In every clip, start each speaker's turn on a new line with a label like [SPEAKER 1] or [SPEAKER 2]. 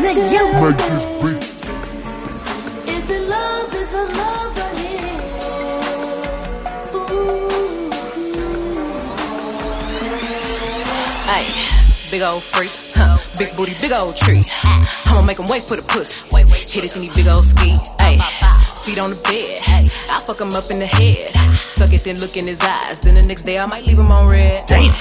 [SPEAKER 1] Big Joe.
[SPEAKER 2] Make this beat.
[SPEAKER 3] Is it love? Is it love I hear? Ooh.
[SPEAKER 4] Ay, big old freak, huh? Big booty, big old tree. I'ma make him wait for the pussy. Hit it in the big old ski. Ay, feet on the bed. I fuck him up in the head. Suck it, then look in his eyes. Then the next day I might leave him on red. Damn.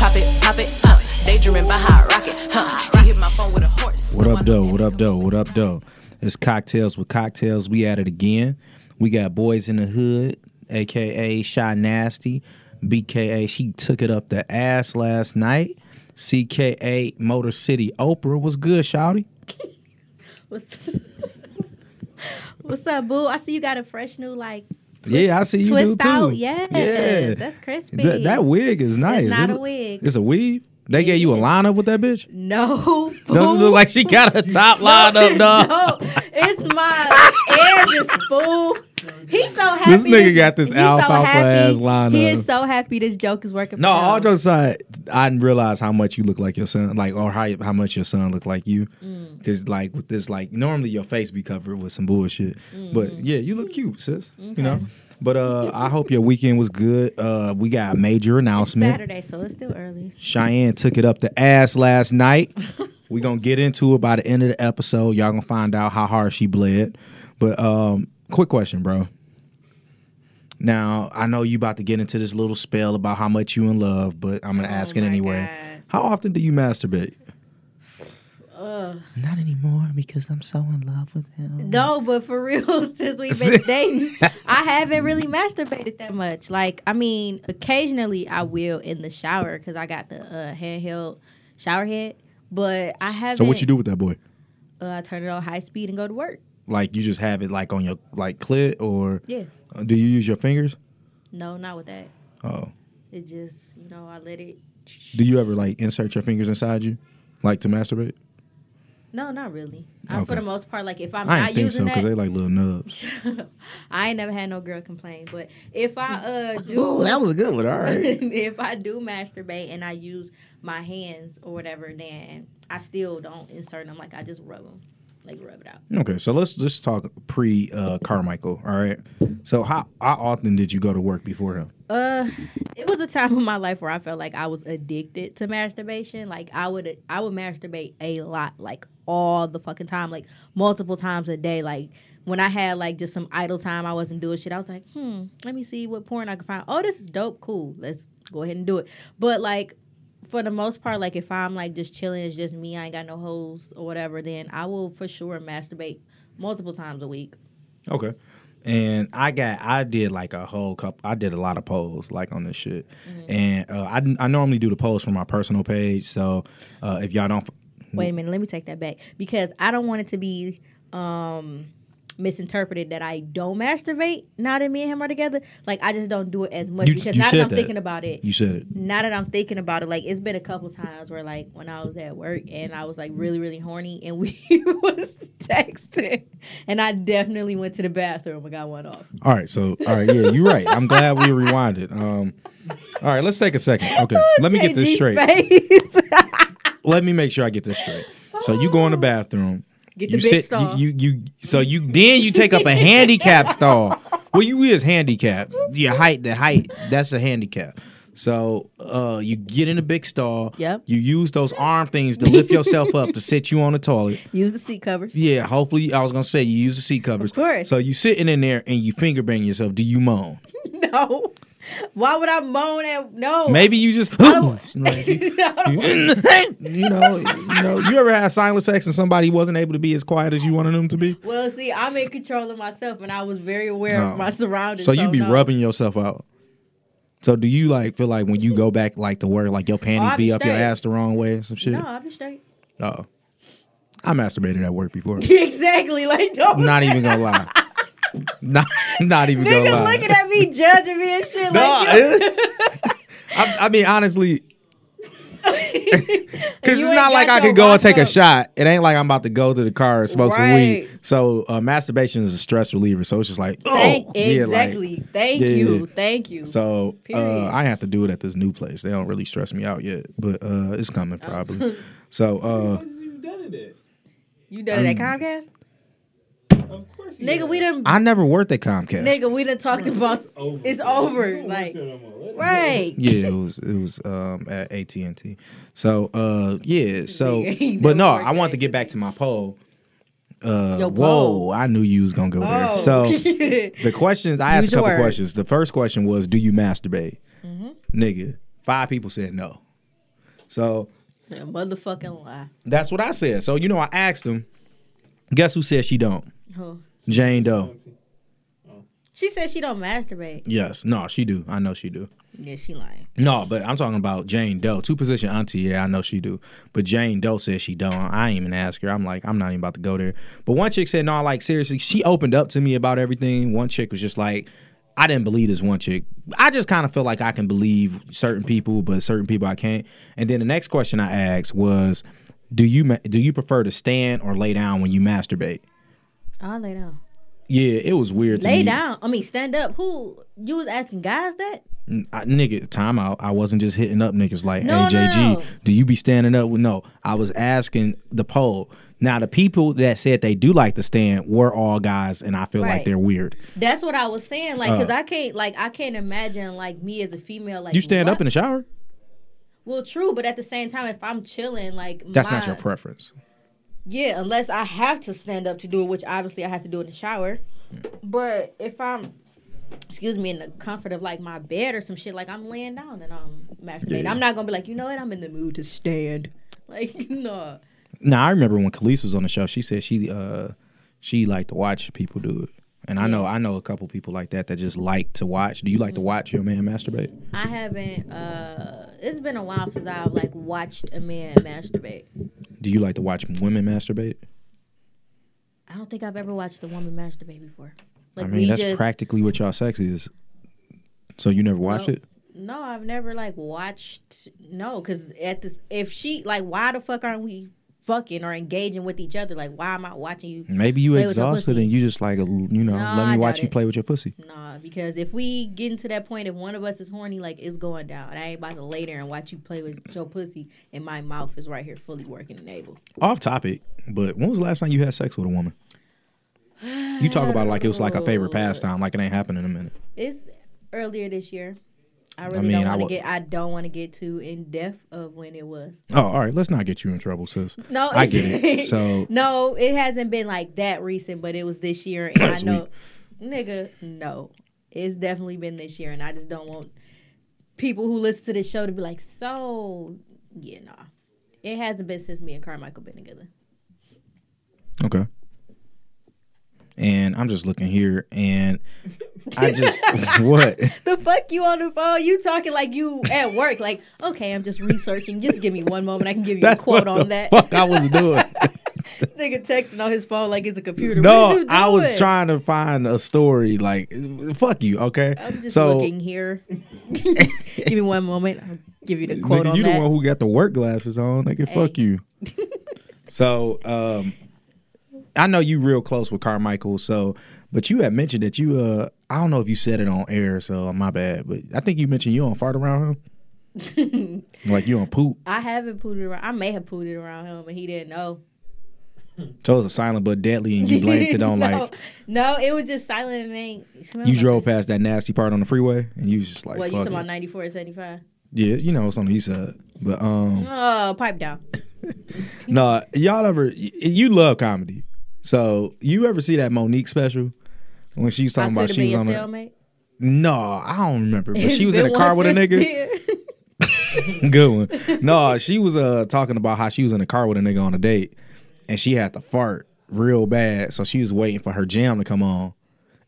[SPEAKER 4] Pop it, pop it, huh? Daydreaming by high rocket, huh? He hit my phone with a horse.
[SPEAKER 5] What up, doe? What up, doe? What up, doe? It's cocktails with cocktails. We at it again. We got boys in the hood, aka Shy Nasty, BKA. She took it up the ass last night. CKA Motor City Oprah. What's good, Shouty?
[SPEAKER 1] What's, What's up, boo? I see you got a fresh new like.
[SPEAKER 5] yeah, I see you do
[SPEAKER 1] twist
[SPEAKER 5] too.
[SPEAKER 1] out. Yes, that's crispy.
[SPEAKER 5] That, that wig is nice.
[SPEAKER 1] not
[SPEAKER 5] It-
[SPEAKER 1] a wig.
[SPEAKER 5] It's a weave. They gave you a lineup with that bitch.
[SPEAKER 1] No,
[SPEAKER 5] Doesn't look
[SPEAKER 1] fool.
[SPEAKER 5] like she got a top lined up, dog.
[SPEAKER 1] No, it's my edges, fool. He's so happy.
[SPEAKER 5] This nigga got this
[SPEAKER 1] he's
[SPEAKER 5] alfalfa
[SPEAKER 1] happy.
[SPEAKER 5] ass lineup.
[SPEAKER 1] He is so happy this joke is working.
[SPEAKER 5] No,
[SPEAKER 1] for him.
[SPEAKER 5] all jokes aside, I didn't realize how much you look like your son, like or how how much your son looked like you. Because like with this, like normally your face be covered with some bullshit, but yeah, you look cute, sis. You know. But uh, I hope your weekend was good. Uh, we got a major announcement.
[SPEAKER 1] Saturday, so it's still early.
[SPEAKER 5] Cheyenne took it up the ass last night. We're gonna get into it by the end of the episode. Y'all gonna find out how hard she bled. But um, quick question, bro. Now I know you about to get into this little spell about how much you in love, but I'm gonna ask it
[SPEAKER 1] Oh my
[SPEAKER 5] anyway.
[SPEAKER 1] God.
[SPEAKER 5] How often do you masturbate? Not anymore because I'm so in love with him.
[SPEAKER 1] No, but for real, since we've been dating, I haven't really masturbated that much. Like, I mean, occasionally I will in the shower because I got the uh, handheld shower head. But I haven't.
[SPEAKER 5] So what you do with that boy?
[SPEAKER 1] Uh, I turn it on high speed and go to work.
[SPEAKER 5] Like you just have it like on your like clit or uh,
[SPEAKER 1] Yeah.
[SPEAKER 5] do you use your fingers?
[SPEAKER 1] No, not with that.
[SPEAKER 5] Oh.
[SPEAKER 1] It just, you know, I let it.
[SPEAKER 5] Do you ever like insert your fingers inside you? Like to masturbate?
[SPEAKER 1] No, not really. I'm
[SPEAKER 5] Okay.
[SPEAKER 1] for the most part like if I'm
[SPEAKER 5] I
[SPEAKER 1] not
[SPEAKER 5] ain't think so
[SPEAKER 1] using
[SPEAKER 5] because
[SPEAKER 1] that.
[SPEAKER 5] they like little nubs.
[SPEAKER 1] I ain't never had no girl complain, but if I uh do
[SPEAKER 5] was a good one. All
[SPEAKER 1] if I do masturbate and I use my hands or whatever, then I still don't insert them. Like I just rub them, like rub it out.
[SPEAKER 5] okay, so let's just talk pre uh, Carmichael. All right. So how how often did you go to work before him?
[SPEAKER 1] Uh, it was a time in my life where I felt like I was addicted to masturbation. Like I would, I would masturbate a lot, like all the fucking time, like multiple times a day. Like when I had like just some idle time, I wasn't doing shit. I was like, hmm, let me see what porn I can find. Oh, this is dope, cool. Let's go ahead and do it. But like for the most part, like if I'm like just chilling, it's just me. I ain't got no hoes or whatever. Then I will for sure masturbate multiple times a week.
[SPEAKER 5] Okay. And I got I did like a whole couple. I did a lot of polls like on this shit.
[SPEAKER 1] Mm-hmm.
[SPEAKER 5] And uh, I didn't- I normally do the polls for my personal page. So uh, if y'all don't.
[SPEAKER 1] Wait a minute, let me take that back because I don't want it to be um misinterpreted that I don't masturbate now that me and him are together. Like I just don't do it as much
[SPEAKER 5] You-
[SPEAKER 1] because
[SPEAKER 5] you
[SPEAKER 1] now
[SPEAKER 5] said
[SPEAKER 1] that I'm
[SPEAKER 5] that.
[SPEAKER 1] thinking about it,
[SPEAKER 5] You said it.
[SPEAKER 1] now that I'm thinking about it, like it's been a couple times where like when I was at work and I was like really really horny and we was texting and I definitely went to the bathroom and got one off.
[SPEAKER 5] All right, so all right, yeah, you're right. I'm glad we rewinded. Um, all right, let's take a second. Okay, let me get this
[SPEAKER 1] JG
[SPEAKER 5] straight.
[SPEAKER 1] face.
[SPEAKER 5] Let me make sure I get this straight. So you go in the bathroom.
[SPEAKER 1] Get
[SPEAKER 5] you
[SPEAKER 1] the big
[SPEAKER 5] sit.
[SPEAKER 1] stall.
[SPEAKER 5] You, you you. So you then you take up a handicap stall. Well, you is handicapped. Your height, the height, that's a handicap. So uh, you get in the big stall.
[SPEAKER 1] Yep.
[SPEAKER 5] You use those arm things to lift yourself up to sit you on the toilet.
[SPEAKER 1] Use the seat covers.
[SPEAKER 5] Yeah, hopefully I was gonna say you use the seat covers.
[SPEAKER 1] Of course.
[SPEAKER 5] So you sitting in there and you finger bang yourself. Do you moan?
[SPEAKER 1] No. Why would I moan at no?
[SPEAKER 5] Maybe you just like, you, you know, you know, you ever had silent sex and somebody wasn't able to be as quiet as you wanted them to be?
[SPEAKER 1] Well, see, I'm in control of myself, and I was very aware
[SPEAKER 5] No.
[SPEAKER 1] of my surroundings.
[SPEAKER 5] So you be
[SPEAKER 1] no.
[SPEAKER 5] rubbing yourself out. So do you like feel like when you go back like to work, like your panties
[SPEAKER 1] Oh, I
[SPEAKER 5] be
[SPEAKER 1] be
[SPEAKER 5] up your
[SPEAKER 1] straight.
[SPEAKER 5] ass the wrong way or some shit?
[SPEAKER 1] No, I'll be straight.
[SPEAKER 5] Oh, I masturbated at work before.
[SPEAKER 1] exactly. Like don't.
[SPEAKER 5] not even gonna lie. Not, not even gonna
[SPEAKER 1] Nigga
[SPEAKER 5] lie.
[SPEAKER 1] looking at me, judging me and shit.
[SPEAKER 5] No,
[SPEAKER 1] like,
[SPEAKER 5] it- I, I mean honestly, because
[SPEAKER 1] You
[SPEAKER 5] it's
[SPEAKER 1] ain't
[SPEAKER 5] not like
[SPEAKER 1] got
[SPEAKER 5] I
[SPEAKER 1] your
[SPEAKER 5] could go and take a
[SPEAKER 1] walk-up.
[SPEAKER 5] shot. It ain't like I'm about to go to the car and smoke some weed.
[SPEAKER 1] Right.
[SPEAKER 5] So uh, masturbation is a stress reliever. So it's just like, oh,
[SPEAKER 1] Thank,
[SPEAKER 5] yeah, like-
[SPEAKER 1] exactly. Thank
[SPEAKER 5] Yeah,
[SPEAKER 1] you.
[SPEAKER 5] yeah.
[SPEAKER 1] Thank you.
[SPEAKER 5] so uh,
[SPEAKER 1] Period.
[SPEAKER 5] I have to do it at this new place. They don't really
[SPEAKER 1] Oh.
[SPEAKER 5] stress me out yet, but uh, it's coming probably. so uh,
[SPEAKER 1] you You done at Comcast?
[SPEAKER 2] Of course, he
[SPEAKER 1] Nigga, we done.
[SPEAKER 5] I never worked at Comcast.
[SPEAKER 1] Nigga, we done talked about.
[SPEAKER 2] over.
[SPEAKER 1] It's
[SPEAKER 2] You
[SPEAKER 1] over.
[SPEAKER 2] don't work
[SPEAKER 1] Like,
[SPEAKER 2] there no more. Let's
[SPEAKER 1] right.
[SPEAKER 5] Yeah, it was it was um, at AT and T. So uh, yeah, so
[SPEAKER 1] He
[SPEAKER 5] but no,
[SPEAKER 1] never worked
[SPEAKER 5] I want
[SPEAKER 1] at
[SPEAKER 5] to get back to my poll. Uh,
[SPEAKER 1] Your
[SPEAKER 5] whoa!
[SPEAKER 1] poll.
[SPEAKER 5] I knew you was gonna go there.
[SPEAKER 1] Oh.
[SPEAKER 5] So the questions I asked
[SPEAKER 1] Use
[SPEAKER 5] a
[SPEAKER 1] your
[SPEAKER 5] couple
[SPEAKER 1] words. Mm-hmm.
[SPEAKER 5] questions. The first question was, "Do you masturbate?" Nigga, five people said no. So
[SPEAKER 1] Yeah, motherfucking lie.
[SPEAKER 5] that's what I said. So you know, I asked them. Guess who said she don't?
[SPEAKER 1] Who?
[SPEAKER 5] Jane Doe.
[SPEAKER 1] She said she don't masturbate.
[SPEAKER 5] Yes, no, she do. I know she do.
[SPEAKER 1] Yeah, she lying.
[SPEAKER 5] No, but I'm talking about Jane Doe, two position auntie. Yeah, I know she do, but Jane Doe says she don't. I ain't even ask her. I'm like, I'm not even about to go there. But one chick said, no, like seriously, she opened up to me about everything. One chick was just like, I didn't believe this one chick. I just kind of feel like I can believe certain people, but certain people I can't. And then the next question I asked was, do you ma- do you prefer to stand or lay down when you masturbate?
[SPEAKER 1] I'll lay down.
[SPEAKER 5] Yeah, it was weird. to
[SPEAKER 1] Lay
[SPEAKER 5] me.
[SPEAKER 1] down. I mean, stand up. Who? You was asking guys that?
[SPEAKER 5] I, nigga, time out. I wasn't just hitting up niggas like,
[SPEAKER 1] No,
[SPEAKER 5] hey, JG,
[SPEAKER 1] no, no.
[SPEAKER 5] do you be standing up? Well, No, I was asking the poll. Now, the people that said they do like to stand were all guys, and I feel like
[SPEAKER 1] Right.
[SPEAKER 5] they're weird.
[SPEAKER 1] That's what I was saying. Like, cause
[SPEAKER 5] Uh.
[SPEAKER 1] I can't. Like, I can't imagine like me as a female. Like,
[SPEAKER 5] You stand up
[SPEAKER 1] what-
[SPEAKER 5] in the shower?
[SPEAKER 1] Well, true, but at the same time, if I'm chilling, like
[SPEAKER 5] That's not
[SPEAKER 1] my-
[SPEAKER 5] your preference.
[SPEAKER 1] Yeah, unless I have to stand up to do it, which obviously I have to do in the shower. But if I'm, excuse me, in the comfort of like my bed or some shit, like I'm laying down and I'm masturbating,
[SPEAKER 5] Yeah.
[SPEAKER 1] I'm not gonna be like, you know what, I'm in the mood to stand. Like, no.
[SPEAKER 5] Now, I remember when Khalees was on the show, she said she uh she liked to watch people do it. And I know I know a couple people like that that just like to watch. Do you like to watch your man masturbate?
[SPEAKER 1] I haven't. uh It's been a while since I've like watched a man masturbate.
[SPEAKER 5] Do you like to watch women masturbate?
[SPEAKER 1] I don't think I've ever watched a woman masturbate before. Like
[SPEAKER 5] I mean, that's practically what y'all sex is. So you never watch
[SPEAKER 1] No.
[SPEAKER 5] it?
[SPEAKER 1] No, I've never like watched. No, because at this, if she like, why the fuck aren't we fucking or engaging with each other? Like, why am I watching you?
[SPEAKER 5] Maybe you
[SPEAKER 1] play with your
[SPEAKER 5] exhausted
[SPEAKER 1] pussy?
[SPEAKER 5] and you just like, a l- you know,
[SPEAKER 1] No,
[SPEAKER 5] let me
[SPEAKER 1] I
[SPEAKER 5] watch
[SPEAKER 1] doubt
[SPEAKER 5] you
[SPEAKER 1] it.
[SPEAKER 5] play with your pussy.
[SPEAKER 1] Nah, because if we getting to that point, if one of us is horny, like it's going down. I ain't about to lay there and watch you play with your pussy, and my mouth is right here fully working and able.
[SPEAKER 5] Off topic, but when was the last time you had sex with a woman? You talk about it like it was like a favorite pastime, like it ain't happened in a minute.
[SPEAKER 1] It's earlier this year. I really
[SPEAKER 5] mean,
[SPEAKER 1] don't
[SPEAKER 5] I
[SPEAKER 1] want to
[SPEAKER 5] wa-
[SPEAKER 1] get. I don't want to get too in depth of when it was.
[SPEAKER 5] Oh, all right, let's not get you in trouble, sis.
[SPEAKER 1] No,
[SPEAKER 5] I
[SPEAKER 1] it's-
[SPEAKER 5] get it. So
[SPEAKER 1] no, it hasn't been like that recent, but it was this year, and I
[SPEAKER 5] Last
[SPEAKER 1] know, nigga, no, it's definitely been this year, and I just don't want people who listen to this show to be like, so yeah, nah, it hasn't been since me and Carmichael been together.
[SPEAKER 5] okay, and I'm just looking here, and I just what?
[SPEAKER 1] The fuck you on the phone? You talking like you at work? Like, okay, I'm just researching. Just give me one moment. I can give you a quote
[SPEAKER 5] what
[SPEAKER 1] on
[SPEAKER 5] the
[SPEAKER 1] that.
[SPEAKER 5] Fuck, I was doing.
[SPEAKER 1] Nigga texting on his phone like it's a computer. What
[SPEAKER 5] no,
[SPEAKER 1] you
[SPEAKER 5] I was
[SPEAKER 1] doing?
[SPEAKER 5] trying to find a story. Like, fuck you. Okay,
[SPEAKER 1] I'm just
[SPEAKER 5] so
[SPEAKER 1] looking here. give me one moment. I'll give you the quote
[SPEAKER 5] Nigga,
[SPEAKER 1] on
[SPEAKER 5] you
[SPEAKER 1] that.
[SPEAKER 5] the one who got the work glasses on. Nigga, fuck
[SPEAKER 1] Hey.
[SPEAKER 5] you. so, um, I know you real close with Carmichael. So, but you had mentioned that you, uh, I don't know if you said it on air. So my bad, but I think you mentioned you on fart around him. like you on poop.
[SPEAKER 1] I haven't pooted around. I may have pooted around him, and he didn't know.
[SPEAKER 5] So it was a silent but deadly, and you blamed it on
[SPEAKER 1] no,
[SPEAKER 5] like
[SPEAKER 1] no, it was just silent and ain't. it smelled
[SPEAKER 5] you
[SPEAKER 1] like
[SPEAKER 5] drove
[SPEAKER 1] it.
[SPEAKER 5] past that nasty part on the freeway, and you was just like,
[SPEAKER 1] What you
[SPEAKER 5] fuck
[SPEAKER 1] talking about?
[SPEAKER 5] it.
[SPEAKER 1] Ninety four and seventy five.
[SPEAKER 5] yeah, you know it's on the east side. But um,
[SPEAKER 1] Oh, pipe down.
[SPEAKER 5] no, y'all ever y- you love comedy, so you ever see that Monique special? When she was
[SPEAKER 1] I
[SPEAKER 5] talking
[SPEAKER 1] could
[SPEAKER 5] about
[SPEAKER 1] have
[SPEAKER 5] she was
[SPEAKER 1] been your
[SPEAKER 5] on a,
[SPEAKER 1] cellmate.
[SPEAKER 5] No, I don't remember. But
[SPEAKER 1] It's
[SPEAKER 5] she was in a
[SPEAKER 1] been
[SPEAKER 5] car
[SPEAKER 1] one
[SPEAKER 5] with a
[SPEAKER 1] since
[SPEAKER 5] nigga.
[SPEAKER 1] then.
[SPEAKER 5] Good one. No, she was uh talking about how she was in a car with a nigga on a date and she had to fart real bad. So she was waiting for her jam to come on.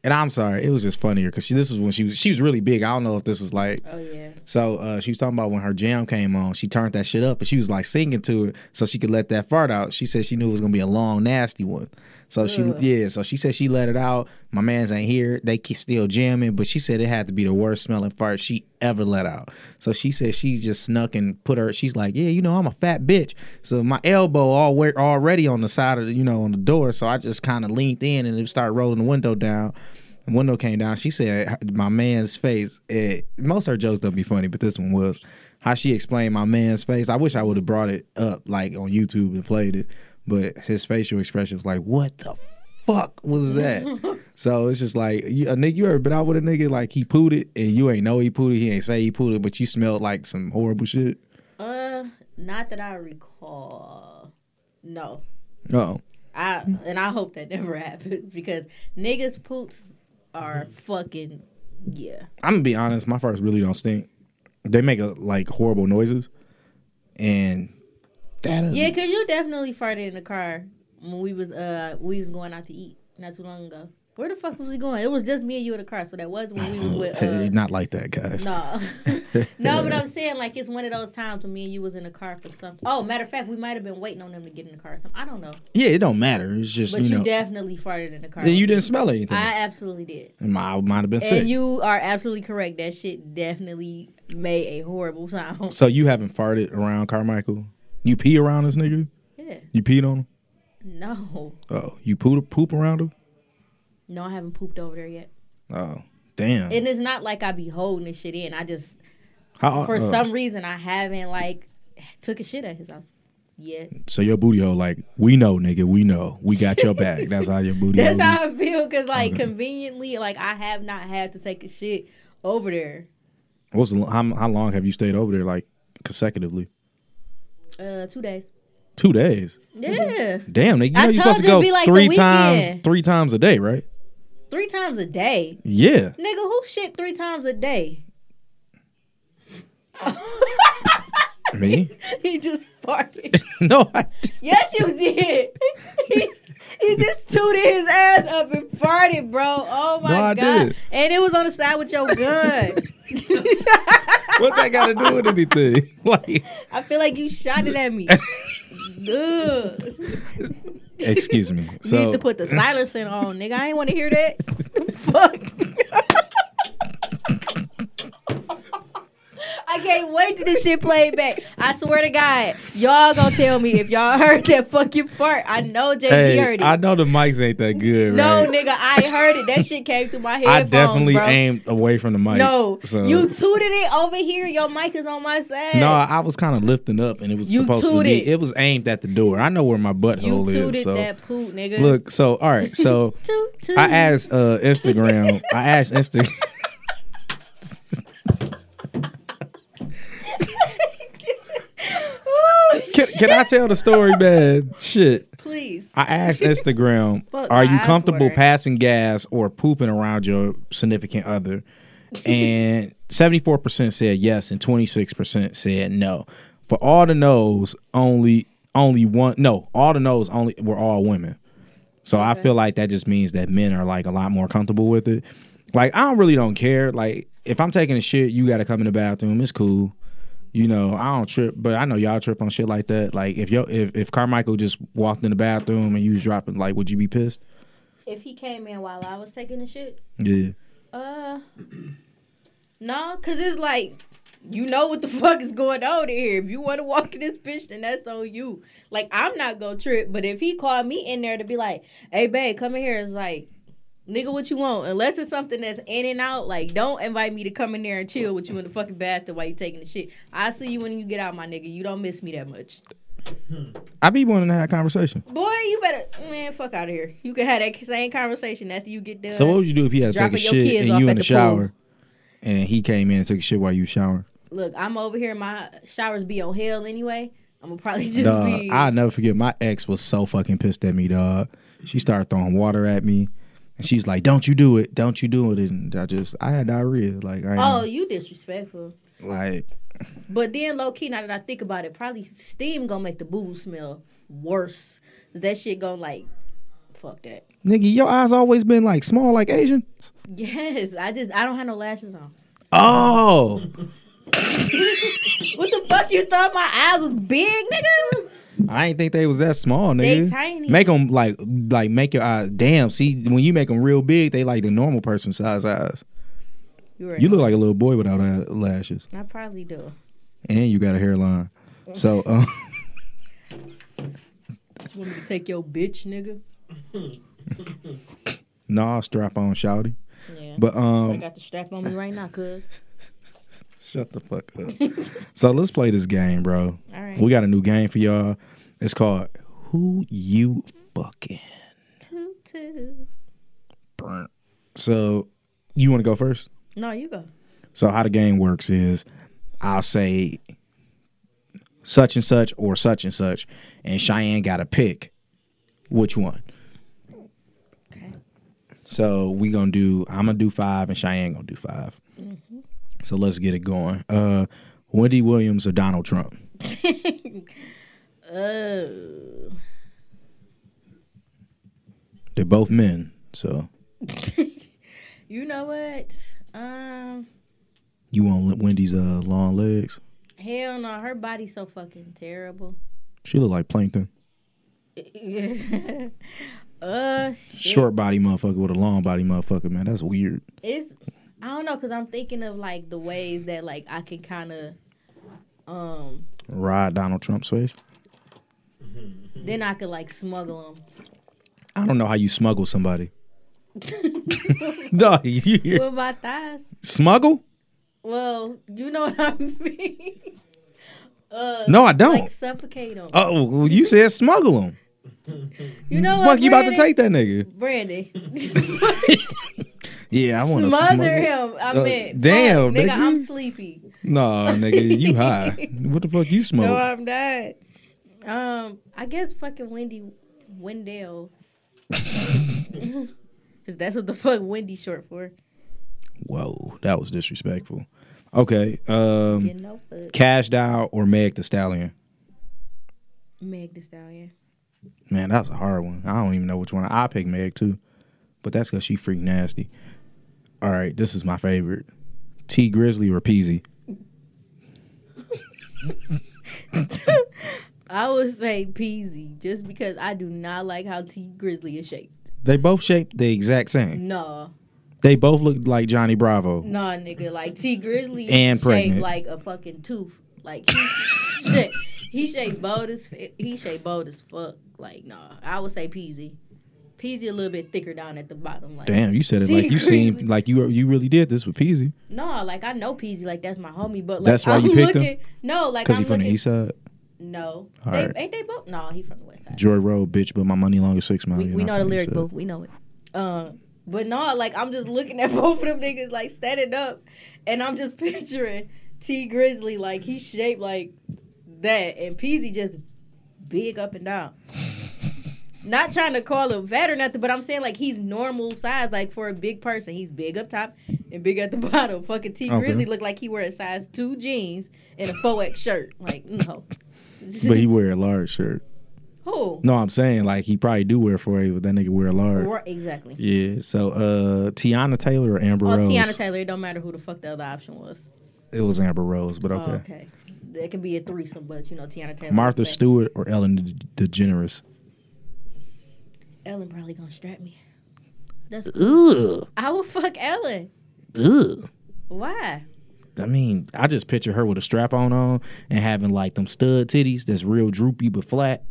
[SPEAKER 5] And I'm sorry, it was just funnier because this was when she was she was really big. I don't know if this was like
[SPEAKER 1] Oh yeah.
[SPEAKER 5] so uh, she was talking about when her jam came on, she turned that shit up and she was like singing to it so she could let that fart out. She said she knew it was gonna be a long, nasty one. So she yeah, so she said she let it out. My man's ain't here. They keep still jamming, but she said it had to be the worst smelling fart she ever let out. So she said she just snuck and put her she's like, Yeah, you know, I'm a fat bitch. So my elbow all we- already on the side of the, you know, on the door. So I just kinda leaned in and it started rolling the window down. The window came down. She said, her- "My man's face." It, most of her jokes don't be funny, but this one was. How she explained my man's face. I wish I would have brought it up like on YouTube and played it, but his facial expression was like, "What the fuck was that?" so it's just like you, a nigga. You ever been out with a nigga like he pooed it and you ain't know he pooed it, he ain't say he pooed it, but you smelled like some horrible shit.
[SPEAKER 1] Uh, not that I recall. No,
[SPEAKER 5] Oh,
[SPEAKER 1] I and I hope that never happens because niggas poops are fucking yeah.
[SPEAKER 5] I'm gonna be honest. My farts really don't stink. They make a, like horrible noises, and that
[SPEAKER 1] Yeah, cause you definitely farted in the car when we was uh we was going out to eat not too long ago. Where the fuck was we going? It was just me and you in the car, so that was when we was with.
[SPEAKER 5] Hey,
[SPEAKER 1] Uh,
[SPEAKER 5] not like that, guys.
[SPEAKER 1] no, no, but I'm saying like it's one of those times when me and you was in the car for something. Oh, matter of fact, we might have been waiting on them to get in the car. Or something I don't know,
[SPEAKER 5] Yeah, it don't matter. It's just
[SPEAKER 1] but
[SPEAKER 5] you
[SPEAKER 1] you,
[SPEAKER 5] know.
[SPEAKER 1] definitely farted in the car.
[SPEAKER 5] and you didn't smell anything.
[SPEAKER 1] I absolutely did.
[SPEAKER 5] And my- I might have been sick.
[SPEAKER 1] And you are absolutely correct. That shit definitely made a horrible sound.
[SPEAKER 5] so you haven't farted around Carmichael? You pee around this nigga?
[SPEAKER 1] Yeah.
[SPEAKER 5] You peed on him?
[SPEAKER 1] No.
[SPEAKER 5] Oh, you poop poop around him?
[SPEAKER 1] No, I haven't pooped over there yet.
[SPEAKER 5] Oh, damn.
[SPEAKER 1] And it's not like I be holding this shit in. I just
[SPEAKER 5] How-
[SPEAKER 1] for
[SPEAKER 5] uh,
[SPEAKER 1] some reason I haven't like took a shit at his house yet.
[SPEAKER 5] so your booty hole, like we know, nigga, we know, we got your back. That's how your booty.
[SPEAKER 1] That's
[SPEAKER 5] hole
[SPEAKER 1] how I feel because like conveniently, like I have not had to take a shit over there.
[SPEAKER 5] What's the, lo- how how long have you stayed over there, like consecutively?
[SPEAKER 1] Uh, two days. Mm-hmm.
[SPEAKER 5] Two days.
[SPEAKER 1] Yeah,
[SPEAKER 5] Damn, nigga, you
[SPEAKER 1] I
[SPEAKER 5] know you're supposed
[SPEAKER 1] told
[SPEAKER 5] to
[SPEAKER 1] you it'd
[SPEAKER 5] go
[SPEAKER 1] be like the
[SPEAKER 5] three times,
[SPEAKER 1] weekend.
[SPEAKER 5] three times a day, right?
[SPEAKER 1] three times a day.
[SPEAKER 5] Yeah.
[SPEAKER 1] Nigga, who shit three times a day?
[SPEAKER 5] Me?
[SPEAKER 1] He just farted.
[SPEAKER 5] no, I.
[SPEAKER 1] yes, you did. he, he just tooted his ass up and farted, bro. Oh my
[SPEAKER 5] No, I
[SPEAKER 1] god!
[SPEAKER 5] did.
[SPEAKER 1] And it was on the side with your gun.
[SPEAKER 5] What that got to do with anything? like,
[SPEAKER 1] I feel like you shot it at me. Ugh.
[SPEAKER 5] excuse me.
[SPEAKER 1] you
[SPEAKER 5] So
[SPEAKER 1] need to put the silencer on, nigga. I ain't want to hear that. Fuck. I can't wait till this shit play back. I swear to God, y'all gonna tell me if y'all heard that fucking fart. I know JG
[SPEAKER 5] hey,
[SPEAKER 1] heard it.
[SPEAKER 5] I know the mics ain't that good,
[SPEAKER 1] no,
[SPEAKER 5] right?
[SPEAKER 1] nigga, I heard it. That shit came through my
[SPEAKER 5] I
[SPEAKER 1] headphones,
[SPEAKER 5] definitely
[SPEAKER 1] bro.
[SPEAKER 5] aimed away from the mic.
[SPEAKER 1] No,
[SPEAKER 5] so.
[SPEAKER 1] you tooted it over here. Your mic is on my side.
[SPEAKER 5] No, I was kind of lifting up, and it was
[SPEAKER 1] You
[SPEAKER 5] supposed to be.
[SPEAKER 1] tooted.
[SPEAKER 5] It was aimed at the door. I know where my
[SPEAKER 1] you
[SPEAKER 5] butthole
[SPEAKER 1] tooted
[SPEAKER 5] is. So
[SPEAKER 1] that poop, nigga.
[SPEAKER 5] look, so all right, so
[SPEAKER 1] Toot, toot.
[SPEAKER 5] I asked uh, Instagram. I asked Insta.
[SPEAKER 1] Ooh,
[SPEAKER 5] Can, can I tell the story, man? Shit.
[SPEAKER 1] Please.
[SPEAKER 5] I asked Instagram,
[SPEAKER 1] Fuck,
[SPEAKER 5] are
[SPEAKER 1] my
[SPEAKER 5] you
[SPEAKER 1] eyes
[SPEAKER 5] comfortable
[SPEAKER 1] watering.
[SPEAKER 5] passing gas or pooping around your significant other? And 74% said yes and 26% said no. For all the no's, only only one no, all the no's only were all women. So I feel like that just means that men are like a lot more comfortable with it. Like I don't really don't care. Like if I'm taking a shit, you got to come in the bathroom. It's cool. You know, I don't trip, but I know y'all trip on shit like that. Like if yo if, if Carmichael just walked in the bathroom and you was dropping, like, would you be pissed?
[SPEAKER 1] If he came in while I was taking the shit,
[SPEAKER 5] Yeah.
[SPEAKER 1] Uh, no, cause it's like you know what the fuck is going on in here. If you want to walk in this bitch, then that's on you. Like I'm not gonna trip, but if he called me in there to be like, "Hey, babe, come in here," it's like, "Nigga, what you want?" Unless it's something that's in and out, like don't invite me to come in there and chill with you in the fucking bathroom while you taking the shit. I see you when you get out, my nigga. You don't miss me that much,
[SPEAKER 5] I'd be wanting to have a conversation.
[SPEAKER 1] boy. You better man, fuck out of here. You can have that same conversation after you get done.
[SPEAKER 5] So what would you do if he had to take a
[SPEAKER 1] Dropping your
[SPEAKER 5] shit
[SPEAKER 1] kids
[SPEAKER 5] and
[SPEAKER 1] off
[SPEAKER 5] you
[SPEAKER 1] at
[SPEAKER 5] in the
[SPEAKER 1] the pool.
[SPEAKER 5] shower and he came in and took a shit while you showering?
[SPEAKER 1] look, I'm over here. My showers be on hell anyway. I'm gonna probably just
[SPEAKER 5] Dog,
[SPEAKER 1] be.
[SPEAKER 5] I'll never forget. My ex was so fucking pissed at me, dog. She started throwing water at me, and she's like, "Don't you do it? Don't you do it?" And I just, I had diarrhea. Like,
[SPEAKER 1] oh,
[SPEAKER 5] I ain't
[SPEAKER 1] you disrespectful.
[SPEAKER 5] like,
[SPEAKER 1] But then, low key, now that I think about it, probably steam gonna make the boo smell worse. That shit gonna like, fuck that.
[SPEAKER 5] nigga, your eyes always been like small, like Asian.
[SPEAKER 1] Yes, I just I don't have no lashes on.
[SPEAKER 5] Oh,
[SPEAKER 1] What the fuck you thought my eyes was big, nigga?
[SPEAKER 5] I ain't think they was that small,
[SPEAKER 1] They
[SPEAKER 5] nigga.
[SPEAKER 1] tiny.
[SPEAKER 5] Make them like, like make your eyes. Damn, see, when you make them real big, they like the normal person size eyes.
[SPEAKER 1] You,
[SPEAKER 5] You look like a little boy without eye- lashes,
[SPEAKER 1] I probably do.
[SPEAKER 5] and you got a hairline. So, um,
[SPEAKER 1] You want me to take your bitch, nigga?
[SPEAKER 5] nah, strap on, shouty.
[SPEAKER 1] Yeah.
[SPEAKER 5] But um,
[SPEAKER 1] I got the strap on me right now, cuz.
[SPEAKER 5] Shut the fuck up. so let's play this game, bro.
[SPEAKER 1] All right.
[SPEAKER 5] We got a new game for y'all. It's called who you fucking.
[SPEAKER 1] Toot, toot.
[SPEAKER 5] Brr. So you want to go first?
[SPEAKER 1] No, you go.
[SPEAKER 5] So how the game works is I'll say such and such or such and such, and Cheyenne got to pick which one.
[SPEAKER 1] Okay.
[SPEAKER 5] So we gonna do. I'm gonna do five, and Cheyenne gonna do 5 So let's get it going. Uh, Wendy Williams or Donald Trump?
[SPEAKER 1] Oh.
[SPEAKER 5] They're both men, so
[SPEAKER 1] you know what? Um,
[SPEAKER 5] you want Wendy's uh long legs?
[SPEAKER 1] hell no, her body's so fucking terrible.
[SPEAKER 5] She look like plankton,
[SPEAKER 1] uh, shit.
[SPEAKER 5] short body motherfucker with a long body motherfucker. Man, that's weird.
[SPEAKER 1] It's I don't know because I'm thinking of like the ways that like I can kind of um
[SPEAKER 5] Ride Donald Trump's face.
[SPEAKER 1] then I could like smuggle them
[SPEAKER 5] I don't know how you smuggle somebody. Dog, you hear?
[SPEAKER 1] with my thighs.
[SPEAKER 5] Smuggle?
[SPEAKER 1] Well, you know what I mean. Uh,
[SPEAKER 5] No, I don't.
[SPEAKER 1] Like suffocate them.
[SPEAKER 5] oh, well, you said smuggle him.
[SPEAKER 1] you know what?
[SPEAKER 5] Fuck, you about to
[SPEAKER 1] Brandon?
[SPEAKER 5] take that nigga?
[SPEAKER 1] Brandon.
[SPEAKER 5] Yeah, I want to smuggle
[SPEAKER 1] Smother him. I
[SPEAKER 5] Uh,
[SPEAKER 1] meant.
[SPEAKER 5] damn,
[SPEAKER 1] fuck, nigga, I'm
[SPEAKER 5] nigga.
[SPEAKER 1] sleepy.
[SPEAKER 5] No, nigga, you high. what the fuck you smoke?
[SPEAKER 1] No, I'm not. Um, I guess fucking Wendy Wendell. Cause that's what the fuck Wendy's short for.
[SPEAKER 5] Whoa, that was disrespectful. Okay, um,
[SPEAKER 1] You know, fuck.
[SPEAKER 5] Cash Dow or Meg the Stallion?
[SPEAKER 1] Meg Thee Stallion.
[SPEAKER 5] Man, that's a hard one. I don't even know which one. I pick Meg too, but that's because she freak nasty. All right, this is my favorite. T Grizzly or Peasy?
[SPEAKER 1] I would say Peasy, just because I do not like how T Grizzly is shaped.
[SPEAKER 5] They both shaped the exact same.
[SPEAKER 1] Nah,
[SPEAKER 5] They both look like Johnny Bravo.
[SPEAKER 1] nah, nigga. Like T Grizzly is
[SPEAKER 5] And
[SPEAKER 1] shaped
[SPEAKER 5] pregnant.
[SPEAKER 1] like a fucking tooth. Like he shit. He shaped bold as f- he shaped bold as fuck. Like nah, I would say Peasy. Peasy a little bit thicker down at the bottom. Like
[SPEAKER 5] Damn, you said it
[SPEAKER 1] T
[SPEAKER 5] like you
[SPEAKER 1] Grizzly.
[SPEAKER 5] seem like you you really did this with Peasy
[SPEAKER 1] No, like I know Peasy, like that's my homie, but like
[SPEAKER 5] That's why
[SPEAKER 1] I'm
[SPEAKER 5] you picked him?
[SPEAKER 1] looking, No, like
[SPEAKER 5] because
[SPEAKER 1] I'm
[SPEAKER 5] he from
[SPEAKER 1] looking.
[SPEAKER 5] the east side.
[SPEAKER 1] No,
[SPEAKER 5] All
[SPEAKER 1] they,
[SPEAKER 5] right.
[SPEAKER 1] ain't they both? No, he from the west side.
[SPEAKER 5] Joy Road, bitch, but my money long as six mile.
[SPEAKER 1] we
[SPEAKER 5] You're
[SPEAKER 1] we
[SPEAKER 5] not
[SPEAKER 1] know the
[SPEAKER 5] from
[SPEAKER 1] lyric,
[SPEAKER 5] east
[SPEAKER 1] boo.
[SPEAKER 5] side.
[SPEAKER 1] We know it. Uh, but no, like I'm just looking at both of them niggas like standing up, and I'm just picturing T Grizzly like he's shaped like that, and Peasy just big up and down. Not trying to call him fat or nothing, but I'm saying like he's normal size, like for a big person. He's big up top and big at the bottom. Fucking T
[SPEAKER 5] Okay.
[SPEAKER 1] Grizzly look like he wear a size two jeans and a four X shirt. Like no,
[SPEAKER 5] But he wear a large shirt.
[SPEAKER 1] who?
[SPEAKER 5] No, I'm saying like he probably do wear four eight, but that nigga wear a large.
[SPEAKER 1] Right, exactly.
[SPEAKER 5] Yeah. So uh Tiana Taylor or Amber
[SPEAKER 1] Oh,
[SPEAKER 5] Rose?
[SPEAKER 1] Tiana Taylor. It don't matter who the fuck the other option was.
[SPEAKER 5] it was Amber Rose, but
[SPEAKER 1] Oh,
[SPEAKER 5] okay.
[SPEAKER 1] Okay. It could be a threesome, but you know Tiana Taylor.
[SPEAKER 5] Martha
[SPEAKER 1] is back.
[SPEAKER 5] Stewart or Ellen De- DeGeneres?
[SPEAKER 1] Ellen probably gonna strap me. That's.
[SPEAKER 5] Ugh.
[SPEAKER 1] I would fuck Ellen.
[SPEAKER 5] Ugh.
[SPEAKER 1] Why?
[SPEAKER 5] I mean, I just picture her with a strap on on and having like them stud titties that's real droopy but flat,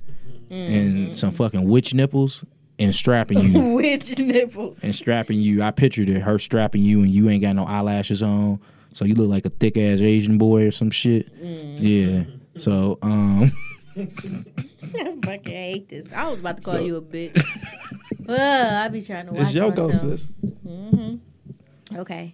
[SPEAKER 5] and some fucking witch nipples and strapping you.
[SPEAKER 1] Which nipples?
[SPEAKER 5] and strapping you. I pictured it, her strapping you, and you ain't got no eyelashes on, so you look like a thick ass Asian boy or some shit. Yeah. So, um,
[SPEAKER 1] I fucking hate this. I was about to call
[SPEAKER 5] So-
[SPEAKER 1] you a bitch. Ugh, I be trying to watch myself. Mm-hmm. Okay,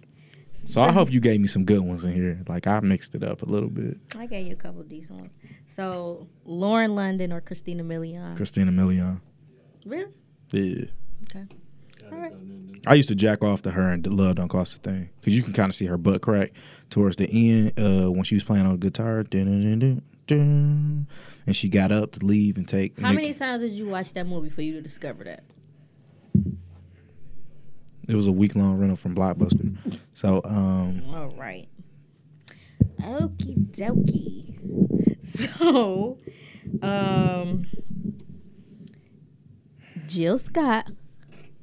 [SPEAKER 5] So I hope you gave me some good ones in here. Like I mixed it up a little bit.
[SPEAKER 1] I gave you a couple decent ones. So Lauren London or Christina Milian?
[SPEAKER 5] Christina Milian.
[SPEAKER 1] Really?
[SPEAKER 5] Yeah.
[SPEAKER 1] All right.
[SPEAKER 5] I used to jack off to her and Love Don't Cost a Thing because you can kind of see her butt crack towards the end uh, when she was playing on the guitar. Dun-dun-dun-dun-dun. And she got up to leave and take.
[SPEAKER 1] How
[SPEAKER 5] make-
[SPEAKER 1] many times did you watch that movie for you to discover that?
[SPEAKER 5] It was a week long rental from Blockbuster. So, um,
[SPEAKER 1] All right. Okie dokie. So, um, Jill Scott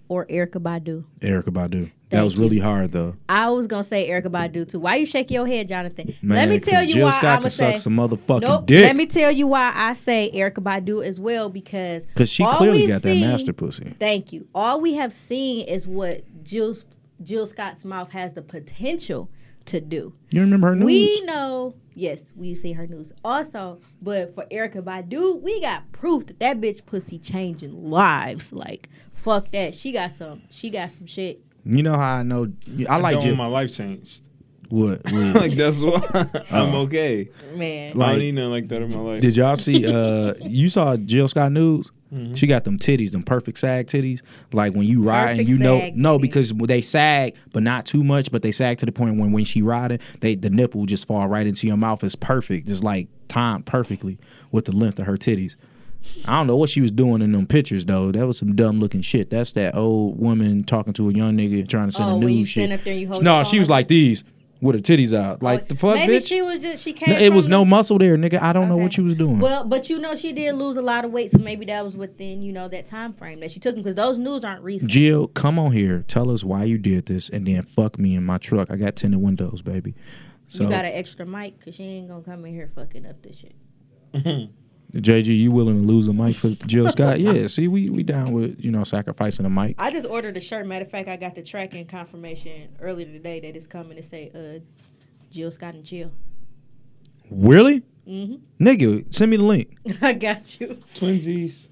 [SPEAKER 1] or Erica Badu?
[SPEAKER 5] Erica Badu. that
[SPEAKER 1] Thank
[SPEAKER 5] was really hard though.
[SPEAKER 1] I was gonna say Erica Badu too. Why you shaking your head, Jonathan?
[SPEAKER 5] Man,
[SPEAKER 1] let me
[SPEAKER 5] 'cause
[SPEAKER 1] tell you
[SPEAKER 5] Jill
[SPEAKER 1] why
[SPEAKER 5] Scott
[SPEAKER 1] I'm
[SPEAKER 5] can
[SPEAKER 1] gonna say.
[SPEAKER 5] suck some motherfucking
[SPEAKER 1] Nope.
[SPEAKER 5] dick.
[SPEAKER 1] Let me tell you why I say Erica Badu as well because
[SPEAKER 5] Cause she
[SPEAKER 1] all
[SPEAKER 5] clearly
[SPEAKER 1] we've
[SPEAKER 5] got
[SPEAKER 1] seen-
[SPEAKER 5] that master pussy.
[SPEAKER 1] Thank you. All we have seen is what Jill Jill Scott's mouth has the potential to do.
[SPEAKER 5] You remember her news?
[SPEAKER 1] We know, yes, we've seen her news also, but for Erica Badu, we got proof that that bitch pussy changing lives. Like, fuck that. She got some. She got some shit.
[SPEAKER 5] you know how I know. I like
[SPEAKER 2] don't
[SPEAKER 5] Jill.
[SPEAKER 2] want my life changed.
[SPEAKER 5] what? what-
[SPEAKER 2] like that's why I'm okay.
[SPEAKER 1] Man,
[SPEAKER 2] I
[SPEAKER 5] Like-
[SPEAKER 2] don't need nothing like that in my life.
[SPEAKER 5] Did y'all see? Uh, you saw Jill Scott News.
[SPEAKER 1] Mm-hmm.
[SPEAKER 5] She got them titties, them perfect sag titties. Like when you ride and
[SPEAKER 1] Perfect
[SPEAKER 5] you know,
[SPEAKER 1] sag
[SPEAKER 5] no,
[SPEAKER 1] titties.
[SPEAKER 5] because they sag, but not too much. But they sag to the point when when she riding, they the nipple just fall right into your mouth. It's perfect. It's like timed perfectly with the length of her titties. I don't know what she was doing in them pictures though. That was some dumb looking shit. That's that old woman talking to a young nigga trying to send
[SPEAKER 1] Oh,
[SPEAKER 5] a
[SPEAKER 1] when
[SPEAKER 5] nude
[SPEAKER 1] you
[SPEAKER 5] shit.
[SPEAKER 1] stand up there and you hold
[SPEAKER 5] no,
[SPEAKER 1] your
[SPEAKER 5] she was
[SPEAKER 1] phone up?
[SPEAKER 5] like these with her titties out. Like the fuck,
[SPEAKER 1] Oh, maybe
[SPEAKER 5] bitch.
[SPEAKER 1] she was just she came.
[SPEAKER 5] No, it was
[SPEAKER 1] from
[SPEAKER 5] no
[SPEAKER 1] the-
[SPEAKER 5] muscle there, nigga. I don't know what
[SPEAKER 1] Okay.
[SPEAKER 5] you was doing.
[SPEAKER 1] Well, but you know she did lose a lot of weight, so maybe that was within you know that time frame that she took them because those news aren't recent.
[SPEAKER 5] Jill, come on here. Tell us why you did this, and then fuck me in my truck. I got tinted windows, baby. So,
[SPEAKER 1] you got an extra mic because she ain't gonna come in here fucking up this shit.
[SPEAKER 5] JG, you willing to lose the mic for Jill Scott? yeah. See, we we down with you know sacrificing the mic.
[SPEAKER 1] I just ordered a shirt. Matter of fact, I got the tracking confirmation earlier today that it's coming to say uh, Jill Scott and Jill.
[SPEAKER 5] Really,
[SPEAKER 1] Mhm.
[SPEAKER 5] nigga? Send me the link.
[SPEAKER 1] I got you.
[SPEAKER 2] Twinsies.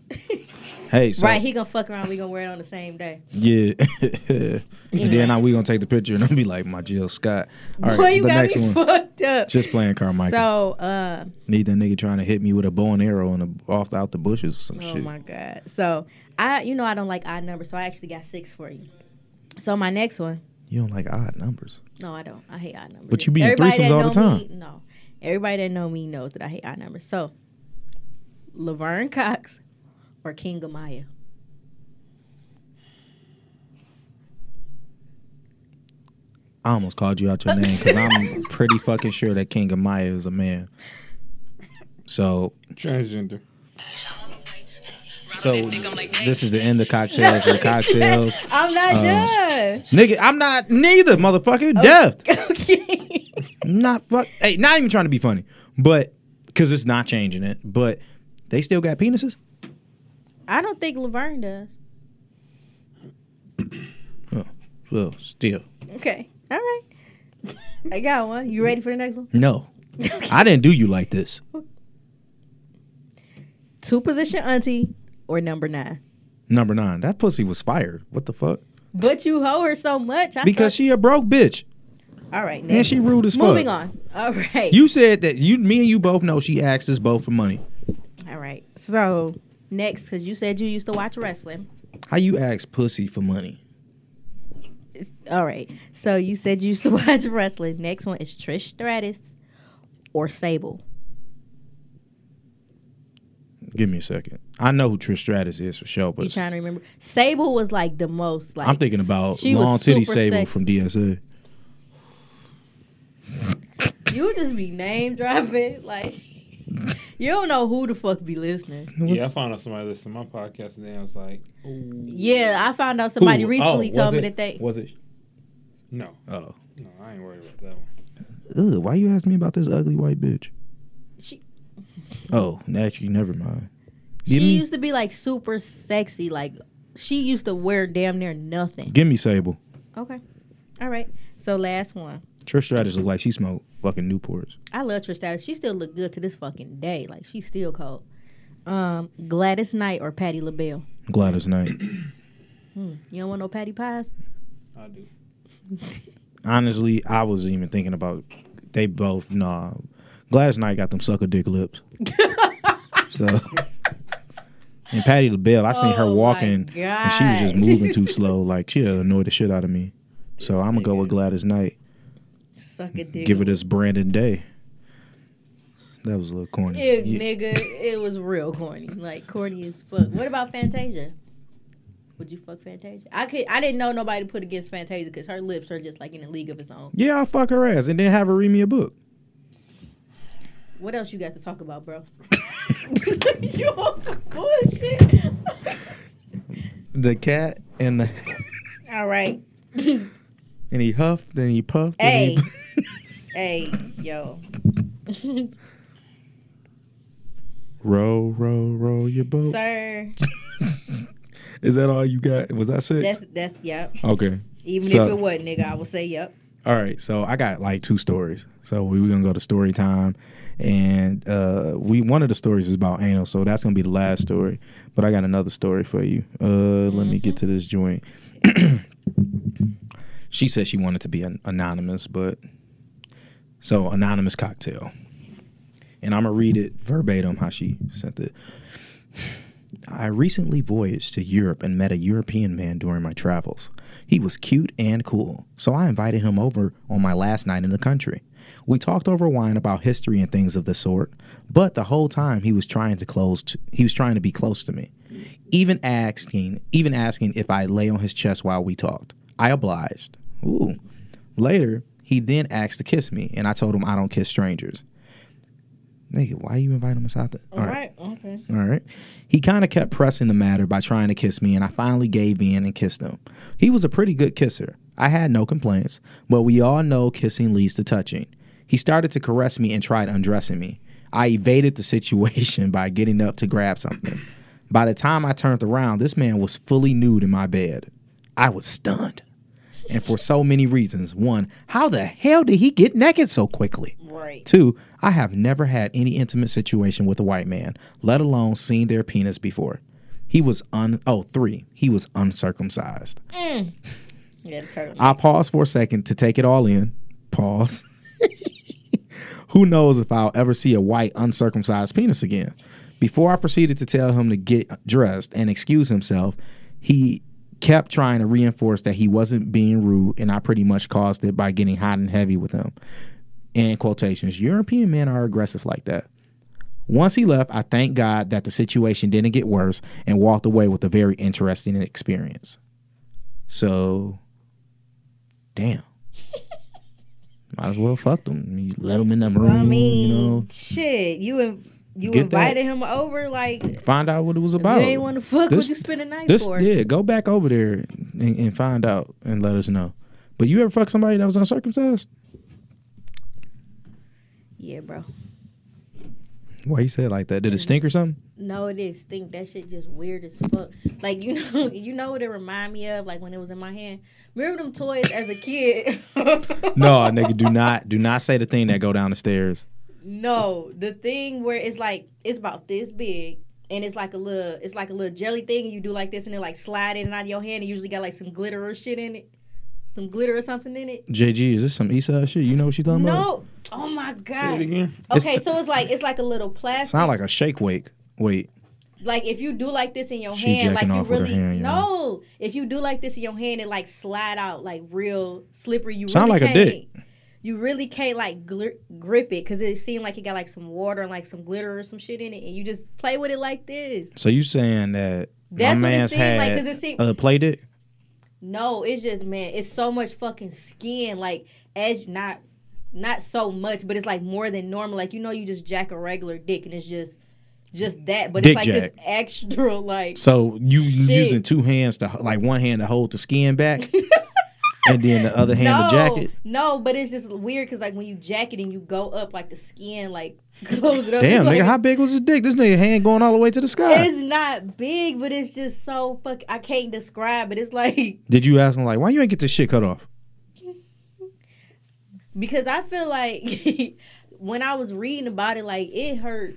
[SPEAKER 5] Hey, so,
[SPEAKER 1] right, he gonna fuck around. We gonna wear it on the same day.
[SPEAKER 5] Yeah. and then I, we gonna take the picture, and I'll be like, my Jill Scott. All right,
[SPEAKER 1] Boy, you
[SPEAKER 5] the
[SPEAKER 1] got
[SPEAKER 5] next
[SPEAKER 1] me
[SPEAKER 5] one.
[SPEAKER 1] fucked up.
[SPEAKER 5] Just playing Carmichael.
[SPEAKER 1] So, uh,
[SPEAKER 5] Need that nigga trying to hit me with a bow and arrow and the off out the bushes or some
[SPEAKER 1] oh
[SPEAKER 5] shit.
[SPEAKER 1] my god. So I, you know, I don't like odd numbers, so I actually got six for you. So my next one.
[SPEAKER 5] You don't like odd numbers.
[SPEAKER 1] No, I don't. I hate odd numbers.
[SPEAKER 5] But you be in
[SPEAKER 1] that
[SPEAKER 5] threesomes all the
[SPEAKER 1] know Me, no, everybody that know me knows that I hate odd numbers. So, Laverne Cox or King Amaya.
[SPEAKER 5] I almost called you out your name because I'm pretty fucking sure that King of Maya is a man. So,
[SPEAKER 2] Transgender.
[SPEAKER 5] so this is the end of cocktails with cocktails,
[SPEAKER 1] I'm not
[SPEAKER 5] Uh,
[SPEAKER 1] done.
[SPEAKER 5] nigga. I'm not neither, motherfucker. Death.
[SPEAKER 1] Okay.
[SPEAKER 5] Not fuck. Hey, not even trying to be funny, but because it's not changing it. But they still got penises.
[SPEAKER 1] I don't think Laverne does.
[SPEAKER 5] Oh, well, still
[SPEAKER 1] Okay. All right. I got one. You ready for the next one?
[SPEAKER 5] no. I didn't do you like this.
[SPEAKER 1] Two position auntie or number nine.
[SPEAKER 5] Number nine. That pussy was fired. What the fuck?
[SPEAKER 1] But you hoe her so much. I
[SPEAKER 5] Because she a broke bitch
[SPEAKER 1] thought- all right.
[SPEAKER 5] and
[SPEAKER 1] Next.
[SPEAKER 5] she rude as fuck.
[SPEAKER 1] Moving on. All right.
[SPEAKER 5] You said that you, me, and you both know she asked us both for money.
[SPEAKER 1] all right. So next, because you said you used to watch wrestling.
[SPEAKER 5] How you ask pussy for money?
[SPEAKER 1] It's- All right. So you said you used to watch wrestling. Next one is Trish Stratus or Sable.
[SPEAKER 5] Give me a second. I know who Trish Stratus is for sure,
[SPEAKER 1] You
[SPEAKER 5] but
[SPEAKER 1] trying to remember? Sable was like the most like
[SPEAKER 5] I'm thinking about
[SPEAKER 1] she
[SPEAKER 5] Long
[SPEAKER 1] was
[SPEAKER 5] Titty
[SPEAKER 1] super
[SPEAKER 5] Sable
[SPEAKER 1] sexy.
[SPEAKER 5] from DSA.
[SPEAKER 1] You just be name dropping like you don't know who the fuck be listening.
[SPEAKER 2] Yeah, I found out somebody listened to my podcast and then I was like,
[SPEAKER 1] Yeah, I found out somebody
[SPEAKER 2] Ooh, oh,
[SPEAKER 1] recently told
[SPEAKER 2] was
[SPEAKER 1] me
[SPEAKER 2] it-
[SPEAKER 1] that they.
[SPEAKER 5] Was it?
[SPEAKER 2] no,
[SPEAKER 5] Oh.
[SPEAKER 2] no, I ain't worried about that one.
[SPEAKER 5] Ugh, why you ask me about this ugly white bitch?
[SPEAKER 1] She-
[SPEAKER 5] Oh, actually, never mind.
[SPEAKER 1] She
[SPEAKER 5] Give me,
[SPEAKER 1] used to be like super sexy. Like she used to wear damn near nothing.
[SPEAKER 5] give me Sable.
[SPEAKER 1] Okay, all right. So last one.
[SPEAKER 5] Trish Stratus look like she smoked fucking Newports.
[SPEAKER 1] I love Trish Stratus. She still look good to this fucking day. Like she's still cold. Um, Gladys Knight or Patty LaBelle.
[SPEAKER 5] Gladys Knight.
[SPEAKER 1] You don't want no patty pies?
[SPEAKER 2] I do.
[SPEAKER 5] Honestly, I wasn't even thinking about. They both nah. Gladys Knight got them sucker dick lips. so. And Patty LaBelle, I seen her
[SPEAKER 1] Oh my
[SPEAKER 5] walking, and she was just
[SPEAKER 1] God.
[SPEAKER 5] moving too slow. Like she annoyed the shit out of me. So I'm gonna go with Gladys Knight.
[SPEAKER 1] Suck a dick.
[SPEAKER 5] Give her this Brandon Day. That was a little corny.
[SPEAKER 1] Ew,
[SPEAKER 5] Yeah.
[SPEAKER 1] nigga, it was real corny. Like corny as fuck. What about Fantasia? Would you fuck Fantasia? I could. I didn't know nobody put against Fantasia because her lips are just like in a league of its own.
[SPEAKER 5] Yeah, I'll fuck her ass and then have her read me a book.
[SPEAKER 1] What else you got to talk about, bro? you on some bullshit.
[SPEAKER 5] The cat and the
[SPEAKER 1] All right.
[SPEAKER 5] and he huffed and he puffed.
[SPEAKER 1] Hey,
[SPEAKER 5] And he,
[SPEAKER 1] hey, yo.
[SPEAKER 5] roll, roll, roll your boat.
[SPEAKER 1] Sir,
[SPEAKER 5] Is that all you got? Was that six?
[SPEAKER 1] that's that's yep.
[SPEAKER 5] okay.
[SPEAKER 1] Even
[SPEAKER 5] So-
[SPEAKER 1] if it was nigga, I would say yep.
[SPEAKER 5] All right, so I got like two stories. So we, we're gonna go to story time, and uh, we one of the stories is about anal, so that's gonna be the last story. But I got another story for you. Uh, Let me get to this joint. she said she wanted to be an- anonymous, but so anonymous cocktail, and I'm gonna read it verbatim how she sent it. I recently voyaged to Europe and met a European man during my travels. He was cute and cool, so I invited him over on my last night in the country. We talked over wine about history and things of the sort, but the whole time he was trying to close t he was trying to be close to me. Even asking, even asking if I lay on his chest while we talked. I obliged. Ooh. Later, he then asked to kiss me, and I told him I don't kiss strangers. Nigga, why you invite him inside the All right.
[SPEAKER 1] Okay.
[SPEAKER 5] All right. He kind of kept pressing the matter by trying to kiss me, and I finally gave in and kissed him. He was a pretty good kisser. I had no complaints, but we all know kissing leads to touching. He started to caress me and tried undressing me. I evaded the situation by getting up to grab something. By the time I turned around, this man was fully nude in my bed. I was stunned. And for so many reasons. One, how the hell did he get naked so quickly?
[SPEAKER 1] Right.
[SPEAKER 5] Two, I have never had any intimate situation with a white man, let alone seen their penis before. He was un oh three, he was uncircumcised.
[SPEAKER 1] Mm. Yeah, the turtle.
[SPEAKER 5] I paused for a second to take it all in. Pause. Who knows if I'll ever see a white uncircumcised penis again? Before I proceeded to tell him to get dressed and excuse himself, he kept trying to reinforce that he wasn't being rude, and I pretty much caused it by getting hot and heavy with him. In quotations, European men are aggressive like that. Once he left, I thank God that the situation didn't get worse and walked away with a very interesting experience. So damn. Might as well fuck them. You let them in the room.
[SPEAKER 1] I mean,
[SPEAKER 5] you know,
[SPEAKER 1] shit. You in, you
[SPEAKER 5] Get that-
[SPEAKER 1] invited him over, like you
[SPEAKER 5] find out what it was about.
[SPEAKER 1] ain't want to fuck.
[SPEAKER 5] This-
[SPEAKER 1] what you spend the night
[SPEAKER 5] this,
[SPEAKER 1] for?
[SPEAKER 5] yeah, go back over there and, and find out and let us know. But you ever fuck somebody that was uncircumcised?
[SPEAKER 1] yeah, bro.
[SPEAKER 5] Why you say it like that?
[SPEAKER 1] Mm.
[SPEAKER 5] Did it stink or something?
[SPEAKER 1] No, it is. Think that shit just weird as fuck. Like you know, you know what it remind me of? Like when it was in my hand. Remember them toys as a kid?
[SPEAKER 5] No, nigga, do not, do not say the thing that go down the stairs.
[SPEAKER 1] No, the thing where it's like it's about this big. And it's like a little, it's like a little jelly thing. You do like this, and it like slide in and out of your hand. It usually got like some glitter or shit in it, some glitter or something in it.
[SPEAKER 5] JG, is this some east side shit? You know what she talking about?
[SPEAKER 1] No, oh my
[SPEAKER 2] Say it
[SPEAKER 1] god.
[SPEAKER 2] again.
[SPEAKER 1] Okay,
[SPEAKER 5] It's-
[SPEAKER 1] so it's like it's like a little plastic.
[SPEAKER 5] Sound like a shake wake. Wait,
[SPEAKER 1] like if you do like this in your
[SPEAKER 5] She
[SPEAKER 1] hand, like
[SPEAKER 5] jacking
[SPEAKER 1] you
[SPEAKER 5] off with her
[SPEAKER 1] really
[SPEAKER 5] hand, y'all.
[SPEAKER 1] no. If you do like this in your hand, it like slide out like real slippery. You
[SPEAKER 5] Sound
[SPEAKER 1] really
[SPEAKER 5] like a
[SPEAKER 1] can't,
[SPEAKER 5] dick.
[SPEAKER 1] You really can't like glir- grip it because it seemed like it got like some water and like some glitter or some shit in it, and you just play with it like this.
[SPEAKER 5] so you saying that
[SPEAKER 1] That's
[SPEAKER 5] my
[SPEAKER 1] what it
[SPEAKER 5] man's
[SPEAKER 1] seemed like,
[SPEAKER 5] had
[SPEAKER 1] 'cause it seemed-
[SPEAKER 5] uh, played it?
[SPEAKER 1] No, it's just man, it's so much fucking skin. Like as not not so much, but it's like more than normal. Like you know, you just jack a regular dick, and it's just just that. But
[SPEAKER 5] Dick
[SPEAKER 1] it's like
[SPEAKER 5] jack.
[SPEAKER 1] this extra like.
[SPEAKER 5] So you you
[SPEAKER 1] Shit.
[SPEAKER 5] using two hands to like one hand to hold the skin back, and then the other hand to jack it.
[SPEAKER 1] No, but it's just weird because like when you jack it and you go up, like the skin like closes it up.
[SPEAKER 5] Damn,
[SPEAKER 1] it's
[SPEAKER 5] nigga,
[SPEAKER 1] like,
[SPEAKER 5] how big was his dick? This nigga hand going all the way to the sky.
[SPEAKER 1] It's not big, but it's just so fuck. I can't describe it. It's like
[SPEAKER 5] Did you ask him like, why you ain't get this shit cut off?
[SPEAKER 1] because I feel like when I was reading about it, like it hurt.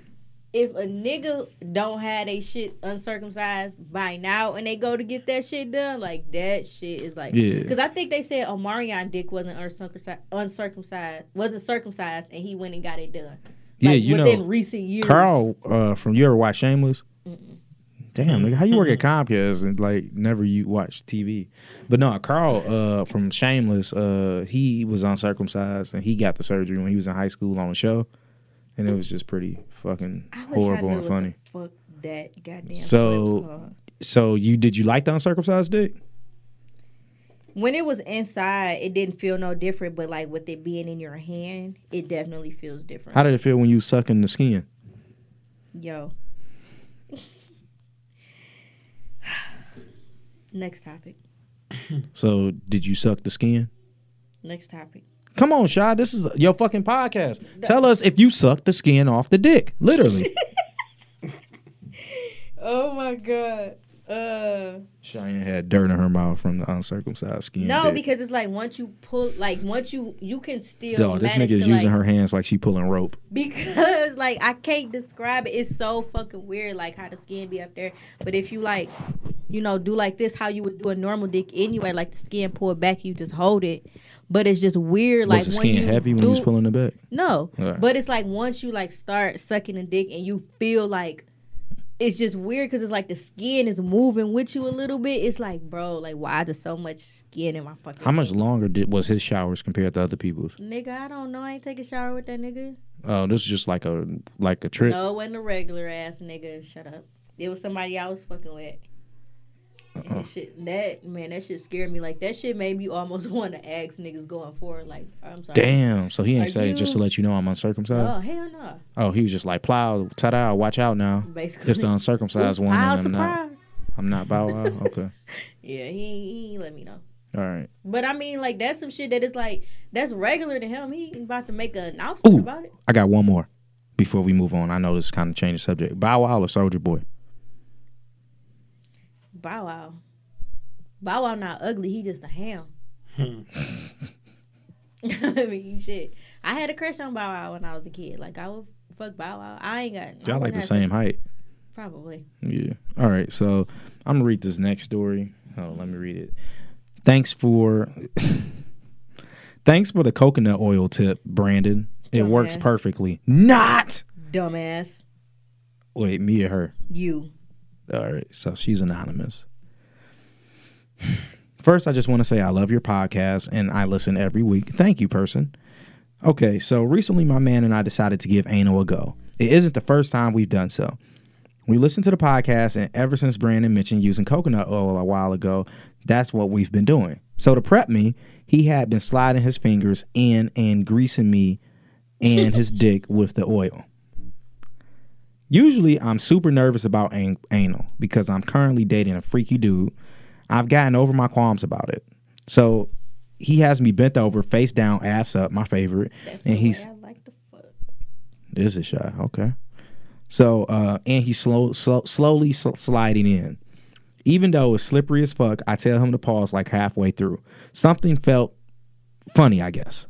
[SPEAKER 1] If a nigga don't have they shit uncircumcised by now and they go to get that shit done, like that shit is like,
[SPEAKER 5] Yeah.
[SPEAKER 1] because I think they said Omarion dick wasn't uncircumcised, uncircumcised, wasn't circumcised, and he went and got it done.
[SPEAKER 5] Yeah,
[SPEAKER 1] like,
[SPEAKER 5] you
[SPEAKER 1] within
[SPEAKER 5] know,
[SPEAKER 1] recent years.
[SPEAKER 5] Carl uh, from you ever watch Shameless? Damn, nigga, how you work at Comcast and like never you watch TV? But no, Carl uh, from Shameless, uh, he was uncircumcised and he got the surgery when he was in high school on a show, and it was just pretty fucking
[SPEAKER 1] I wish
[SPEAKER 5] horrible
[SPEAKER 1] I knew
[SPEAKER 5] and funny.
[SPEAKER 1] What the fuck that goddamn.
[SPEAKER 5] So-
[SPEAKER 1] clip's called.
[SPEAKER 5] So you did you like the uncircumcised dick?
[SPEAKER 1] when it was inside, it didn't feel no different. But like with it being in your hand, it definitely feels different.
[SPEAKER 5] How did it feel when you sucking the skin?
[SPEAKER 1] Yo. Next topic.
[SPEAKER 5] So did you suck the skin?
[SPEAKER 1] Next topic.
[SPEAKER 5] Come on, Shy. This is your fucking podcast. Tell us if you sucked the skin off the dick. Literally.
[SPEAKER 1] Oh my god. Uh,
[SPEAKER 5] Cheyenne had dirt in her mouth from the uncircumcised skin.
[SPEAKER 1] no,
[SPEAKER 5] that-
[SPEAKER 1] because it's like once you pull, like once you you can still.
[SPEAKER 5] Dog, this
[SPEAKER 1] manage
[SPEAKER 5] nigga is
[SPEAKER 1] to,
[SPEAKER 5] using
[SPEAKER 1] like,
[SPEAKER 5] her hands like she pulling rope.
[SPEAKER 1] because like I can't describe it. It's so fucking weird, like how the skin be up there. But if you like, you know, do like this, how you would do a normal dick anyway, like the skin pulled back, you just hold it. But it's just weird, like
[SPEAKER 5] was the skin
[SPEAKER 1] when you
[SPEAKER 5] heavy when
[SPEAKER 1] do-
[SPEAKER 5] you was pulling it back?
[SPEAKER 1] No,
[SPEAKER 5] Alright.
[SPEAKER 1] but it's like once you like start sucking a dick and you feel like it's just weird because it's like the skin is moving with you a little bit. It's like, bro, like why is there so much skin in my fucking?
[SPEAKER 5] How much longer did, was his showers compared to other people's?
[SPEAKER 1] Nigga, I don't know. I ain't take a shower with that nigga.
[SPEAKER 5] Oh, this is just like a like a trick.
[SPEAKER 1] No, it wasn't a regular ass nigga. Shut up. It was somebody I was fucking with. And
[SPEAKER 5] Uh-huh.
[SPEAKER 1] that shit, that man, that shit scared me. Like that shit made me almost want to ask niggas going forward. Like I'm sorry.
[SPEAKER 5] Damn. So he ain't
[SPEAKER 1] Are
[SPEAKER 5] say it just to
[SPEAKER 1] you-
[SPEAKER 5] let you know I'm uncircumcised.
[SPEAKER 1] Oh hell no.
[SPEAKER 5] Oh, he was just like plow, ta da, watch out now.
[SPEAKER 1] Basically.
[SPEAKER 5] It's the uncircumcised one.
[SPEAKER 1] Wow,
[SPEAKER 5] and I'm not.
[SPEAKER 1] surprise.
[SPEAKER 5] I'm not bow wow. Okay.
[SPEAKER 1] Yeah, he ain't, he ain't let me know.
[SPEAKER 5] All right.
[SPEAKER 1] But I mean, like that's some shit that is like that's regular to him. He ain't about to make an announcement
[SPEAKER 5] Ooh,
[SPEAKER 1] about it.
[SPEAKER 5] I got one more before we move on. I know this kind of changed the subject. Bow Wow or Soldier Boy?
[SPEAKER 1] Bow Wow. Bow Wow not ugly. He just a ham. Hmm. I mean, shit. I had a crush on Bow Wow when I was a kid. Like I would fuck Bow Wow. I ain't got. I
[SPEAKER 5] Y'all like
[SPEAKER 1] wouldn't
[SPEAKER 5] the
[SPEAKER 1] have
[SPEAKER 5] same height.
[SPEAKER 1] sex- Probably.
[SPEAKER 5] Yeah. All right. So I'm gonna read this next story. Oh, let me read it. Thanks for thanks for the coconut oil tip, Brandon. It works
[SPEAKER 1] Dumbass.
[SPEAKER 5] perfectly. Not
[SPEAKER 1] Dumbass.
[SPEAKER 5] wait, me or her.
[SPEAKER 1] You.
[SPEAKER 5] All right. So she's anonymous. First, I just want to say I love your podcast and I listen every week. Thank you, person. Okay, so recently my man and I decided to give anal a go. It isn't the first time we've done so. We listened to the podcast, and ever since Brandon mentioned using coconut oil a while ago, that's what we've been doing. So to prep me, he had been sliding his fingers in and greasing me and his dick with the oil. Usually, I'm super nervous about an- anal because I'm currently dating a freaky dude. I've gotten over my qualms about it. So he has me bent over, face down, ass up, my favorite.
[SPEAKER 1] That's
[SPEAKER 5] and
[SPEAKER 1] the
[SPEAKER 5] he's
[SPEAKER 1] way I like to fuck.
[SPEAKER 5] this is shy. Okay. So uh, and he's slow, slow slowly sl- sliding in. Even though it's slippery as fuck, I tell him to pause like halfway through. Something felt funny, I guess,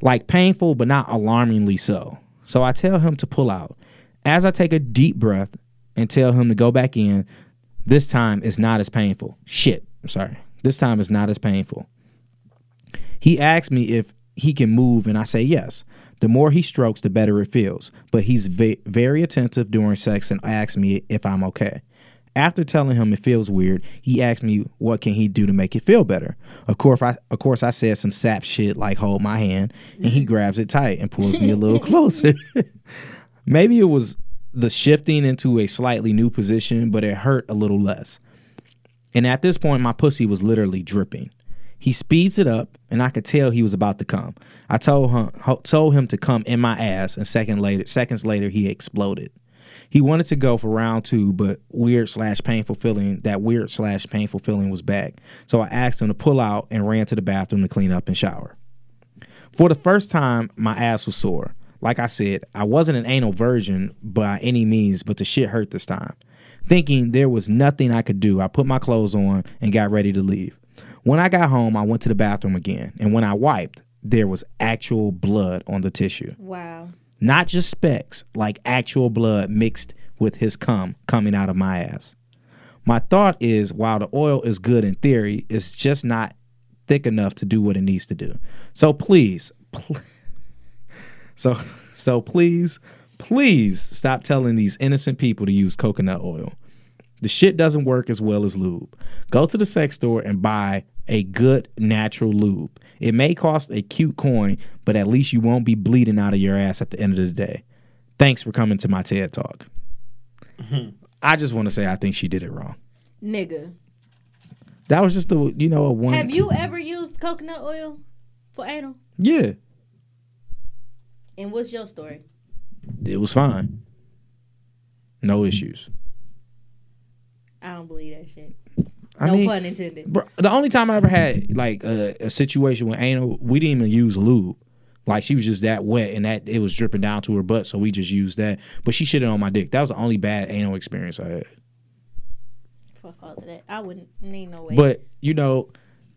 [SPEAKER 5] like painful but not alarmingly so. So I tell him to pull out. As I take a deep breath and tell him to go back in, this time it's not as painful. Shit, I'm sorry. This time it's not as painful. He asks me if he can move, and I say yes. The more he strokes, the better it feels. But he's ve- very attentive during sex and asks me if I'm okay. After telling him it feels weird, he asks me what can he do to make it feel better. Of course, I of course I said some sap shit like hold my hand, and he grabs it tight and pulls me a little closer. Maybe it was the shifting into a slightly new position, but it hurt a little less. And at this point, my pussy was literally dripping. He speeds it up, and I could tell he was about to come. I told him, ho- told him to come in my ass, and second later, seconds later, he exploded. He wanted to go for round two, but weird slash painful feeling, that weird slash painful feeling was back. So I asked him to pull out and ran to the bathroom to clean up and shower. For the first time, my ass was sore. Like I said, I wasn't an anal virgin by any means, but the shit hurt this time. Thinking there was nothing I could do, I put my clothes on and got ready to leave. When I got home, I went to the bathroom again, and when I wiped, there was actual blood on the tissue.
[SPEAKER 1] Wow.
[SPEAKER 5] Not just specks, like actual blood mixed with his cum coming out of my ass. My thought is while the oil is good in theory, it's just not thick enough to do what it needs to do. So please, pl- so so please, please stop telling these innocent people to use coconut oil. The shit doesn't work as well as lube. Go to the sex store and buy a good natural lube. It may cost a cute coin, but at least you won't be bleeding out of your ass at the end of the day. Thanks for coming to my TED talk.
[SPEAKER 1] Mm-hmm.
[SPEAKER 5] I just want to say I think she did it wrong.
[SPEAKER 1] Nigga.
[SPEAKER 5] That was just the you know a one.
[SPEAKER 1] Have you ever used coconut oil for anal?
[SPEAKER 5] Yeah,
[SPEAKER 1] And what's your story?
[SPEAKER 5] it was fine. No issues.
[SPEAKER 1] I don't believe that shit.
[SPEAKER 5] I
[SPEAKER 1] no
[SPEAKER 5] mean,
[SPEAKER 1] pun intended.
[SPEAKER 5] bro, the only time I ever had like a, a situation with anal, we didn't even use lube. Like she was just that wet and that it was dripping down to her butt, so we just used that. But she shitted on my dick. That was the only bad anal experience I had.
[SPEAKER 1] fuck all of that. I wouldn't need no way.
[SPEAKER 5] But you know,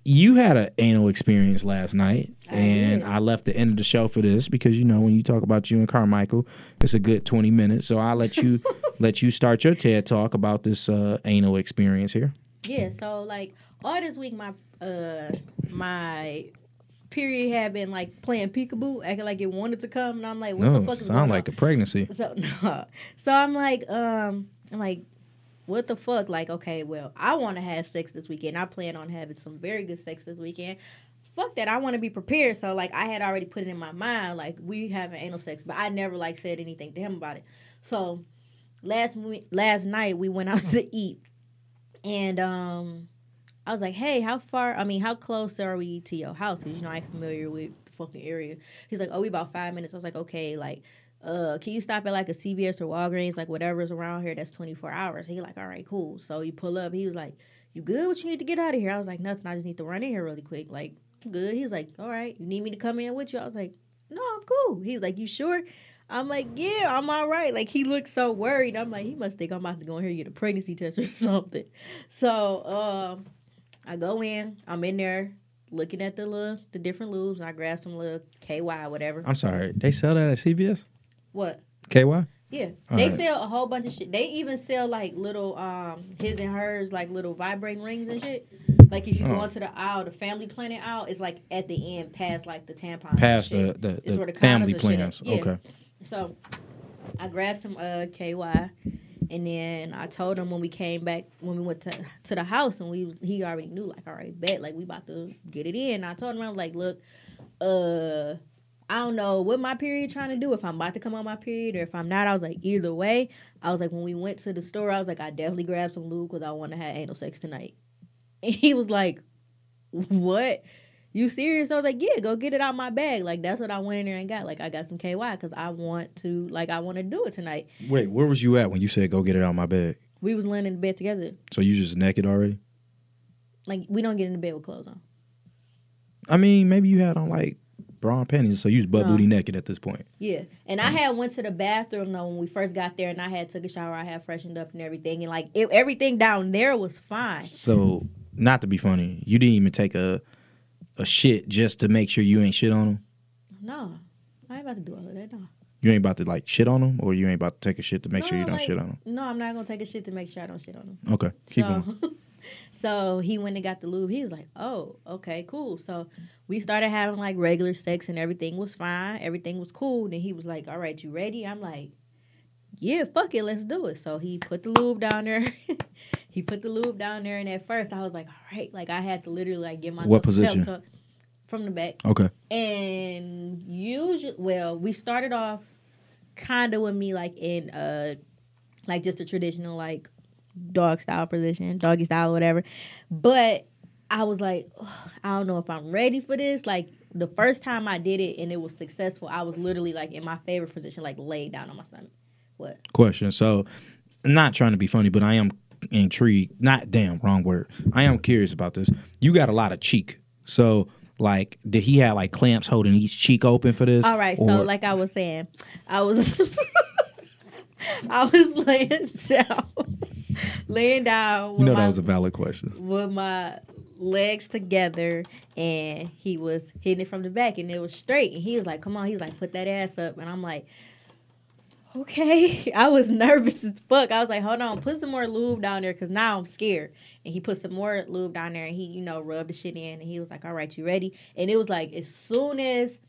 [SPEAKER 5] you had an anal experience last night,
[SPEAKER 1] I
[SPEAKER 5] and
[SPEAKER 1] did.
[SPEAKER 5] I left the end of the show for this because you know when you talk about you and Carmichael, it's a good twenty minutes. So I'll let you let you start your TED talk about this uh, anal experience here.
[SPEAKER 1] yeah, so like all this week, my uh my period had been like playing peekaboo, acting like it wanted to come, and I'm like, what the fuck is going
[SPEAKER 5] sound
[SPEAKER 1] on?
[SPEAKER 5] like a pregnancy.
[SPEAKER 1] So no. So I'm like, um, I'm like, what the fuck? Like, okay, well, I want to have sex this weekend. I plan on having some very good sex this weekend. Fuck that. I want to be prepared. So like, I had already put it in my mind, like we having anal sex, but I never like said anything to him about it. So last we- last night we went out to eat, and um. I was like, "Hey, how far? I mean, how close are we to your house? Because you know I ain't familiar with the fucking area." He's like, "Oh, we about five minutes." I was like, "Okay, like, uh, can you stop at like a CVS or Walgreens, like whatever's around here that's 24 hours? He like, all right, cool. So you pull up. He was like, you good? What you need to get out of here? I was like, nothing. I just need to run in here really quick. Like, I'm good. He's like, all right. You need me to come in with you? I was like, no, I'm cool. He's like, you sure? I'm like, yeah, I'm all right. Like he looked so worried. I'm like, he must think I'm about to go in here and get a pregnancy test or something. So um, I go in. I'm in there looking at the little, the different lubes. And I grab some little KY whatever.
[SPEAKER 5] I'm sorry, they sell that at CVS.
[SPEAKER 1] What?
[SPEAKER 5] KY.
[SPEAKER 1] Yeah,
[SPEAKER 5] All
[SPEAKER 1] they
[SPEAKER 5] right.
[SPEAKER 1] sell a whole bunch of shit. They even sell like little um his and hers, like little vibrating rings and shit. Like if you
[SPEAKER 5] Oh.
[SPEAKER 1] go into the aisle, the family planet aisle is like at the end, past like the tampon, and
[SPEAKER 5] Past the
[SPEAKER 1] shit.
[SPEAKER 5] the,
[SPEAKER 1] It's
[SPEAKER 5] the
[SPEAKER 1] where condoms
[SPEAKER 5] family
[SPEAKER 1] and shit
[SPEAKER 5] plans.
[SPEAKER 1] at. Yeah.
[SPEAKER 5] Okay.
[SPEAKER 1] So I grabbed some uh KY and then I told him when we came back when we went to, to the house and we was- he already knew like all right bet like we about to get it in. I told him I was like look uh I don't know what my period trying to do if I'm about to come on my period or if I'm not. I was like either way. I was like when we went to the store I was like I definitely grabbed some lube cuz I want to have anal sex tonight. And he was like what? you serious? I was like, yeah, go get it out my bag. Like that's what I went in there and got. Like I got some KY because I want to, like I want to do it tonight.
[SPEAKER 5] Wait, where was you at when you said go get it out of my bag?
[SPEAKER 1] We was laying in the bed together.
[SPEAKER 5] So you just naked already?
[SPEAKER 1] Like we don't get in the bed with clothes on.
[SPEAKER 5] I mean, maybe you had on like bra and panties, so you was butt
[SPEAKER 1] No.
[SPEAKER 5] booty naked at this point.
[SPEAKER 1] Yeah, and I had went to the bathroom though when we first got there, and I had took a shower. I had freshened up and everything, and like it, everything down there was fine.
[SPEAKER 5] So, not to be funny, you didn't even take a a shit just to make sure you ain't shit on them.
[SPEAKER 1] No, I ain't about to do all of that. No,
[SPEAKER 5] You ain't about to like shit on them, or you ain't about to take a shit to make
[SPEAKER 1] No,
[SPEAKER 5] sure you don't
[SPEAKER 1] like-
[SPEAKER 5] shit on them.
[SPEAKER 1] No, I'm not gonna take a shit to make sure I don't shit on him.
[SPEAKER 5] Okay, keep going.
[SPEAKER 1] so, so he went and got the lube. He was like, "Oh, okay, cool." So we started having like regular sex, and everything was fine. Everything was cool. Then he was like, "All right, you ready?" I'm like, "Yeah, fuck it, let's do it." So he put the lube down there. he put the lube down there, and at first I was like, "All right," like I had to literally like give myself
[SPEAKER 5] What
[SPEAKER 1] a pep
[SPEAKER 5] position?
[SPEAKER 1] talk from the back.
[SPEAKER 5] Okay,
[SPEAKER 1] And usually, well, we started off kind of with me like in uh like just a traditional like dog style position, doggy style, whatever. But I was like, "Ugh, I don't know if I'm ready for this. Like the first time I did it and it was successful, I was literally like in my favorite position, like laid down on my stomach. What?
[SPEAKER 5] question. So, not trying to be funny, but I am intrigued. Not damn wrong word. I am curious about this. You got a lot of cheek, so. Like, did he have like clamps holding each cheek open for this?
[SPEAKER 1] All right, so
[SPEAKER 5] Or-
[SPEAKER 1] like I was saying, I was I was laying down, laying down. with
[SPEAKER 5] you know, that
[SPEAKER 1] my-
[SPEAKER 5] was a valid question.
[SPEAKER 1] with my legs together and he was hitting it from the back and it was straight and he was like come on he's like put that ass up and i'm like okay i was nervous as fuck i was like hold on put some more lube down there because now i'm scared and he put some more lube down there and he you know rubbed the shit in and he was like all right you ready and it was like as soon as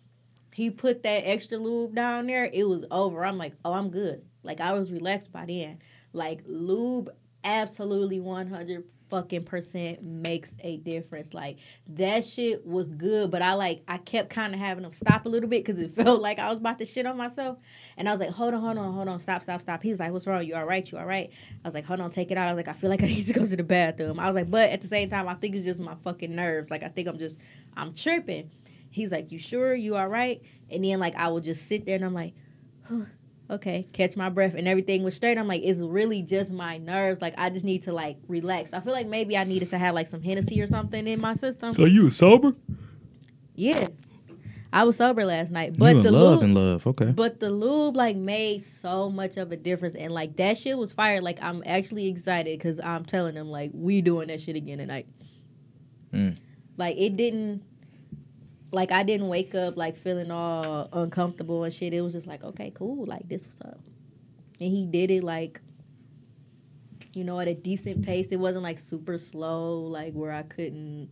[SPEAKER 1] he put that extra lube down there it was over i'm like oh i'm good like i was relaxed by then like lube absolutely 100 fucking percent makes a difference like that shit was good but i like i kept kind of having him stop a little bit because it felt like i was about to shit on myself and i was like hold on hold on hold on stop stop stop he's like what's wrong you all right you all right i was like hold on take it out i was like i feel like i need to go to the bathroom i was like but at the same time i think it's just my fucking nerves like i think i'm just i'm tripping he's like you sure you all right and then like i would just sit there and i'm like okay, catch my breath and everything was straight. I'm like, it's really just my nerves. Like I just need to like relax. I feel like maybe I needed to have like some Hennessy or something in my system.
[SPEAKER 5] you sober?
[SPEAKER 1] yeah. I was sober last
[SPEAKER 5] You
[SPEAKER 1] night, but
[SPEAKER 5] in
[SPEAKER 1] the
[SPEAKER 5] love
[SPEAKER 1] lube,
[SPEAKER 5] and love. Okay.
[SPEAKER 1] but the lube like made so much of a difference, and like that shit was fire. Like I'm actually excited because I'm telling them like we doing that shit again tonight.
[SPEAKER 5] Mm.
[SPEAKER 1] Like it didn't, like I didn't wake up like feeling all uncomfortable and shit. It was just like okay, cool, like this was up, and he did it like. You know, at a decent pace. It wasn't like super slow, like where I couldn't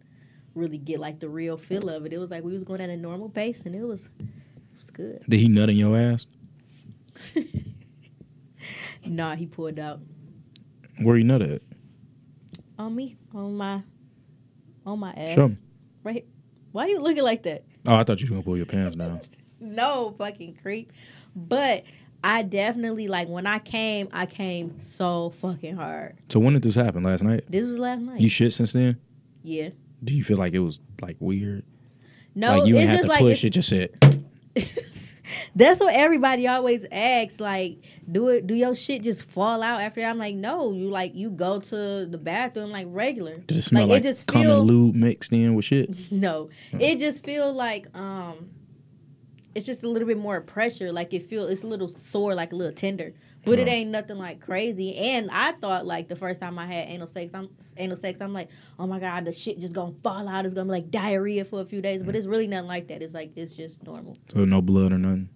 [SPEAKER 1] really get like the real feel of it. It was like we was going at a normal pace, and it was, it was good.
[SPEAKER 5] Did he nut in your ass?
[SPEAKER 1] Nah, he pulled out
[SPEAKER 5] Where he nut at?
[SPEAKER 1] on me, on my, on my ass.
[SPEAKER 5] Show me.
[SPEAKER 1] Right. here. Why you looking like that?
[SPEAKER 5] Oh, I thought you were gonna pull your pants down.
[SPEAKER 1] No fucking creep. But I definitely like when I came, I came so fucking hard.
[SPEAKER 5] So when did this happen? Last night?
[SPEAKER 1] This was last night.
[SPEAKER 5] You shit since then?
[SPEAKER 1] yeah.
[SPEAKER 5] Do you feel like it was like weird?
[SPEAKER 1] No,
[SPEAKER 5] like you didn't
[SPEAKER 1] it's
[SPEAKER 5] have
[SPEAKER 1] just
[SPEAKER 5] to
[SPEAKER 1] like
[SPEAKER 5] push
[SPEAKER 1] it's-
[SPEAKER 5] it, just sit.
[SPEAKER 1] that's what everybody always asks. Like, do it? Do your shit just fall out after? that? I'm like, no. You like you go to the bathroom like regular.
[SPEAKER 5] Did it smell like,
[SPEAKER 1] it just
[SPEAKER 5] common
[SPEAKER 1] feel-
[SPEAKER 5] lube mixed in with shit?
[SPEAKER 1] No, it just feel like um, it's just a little bit more pressure. Like it feel it's a little sore, like a little tender, but it
[SPEAKER 5] Huh.
[SPEAKER 1] ain't nothing like crazy. And I thought like the first time I had anal sex, I'm anal sex, I'm like, oh my god, the shit just gonna fall out. It's gonna be like diarrhea for a few days, but it's really nothing like that. It's like it's just normal.
[SPEAKER 5] So no blood or nothing.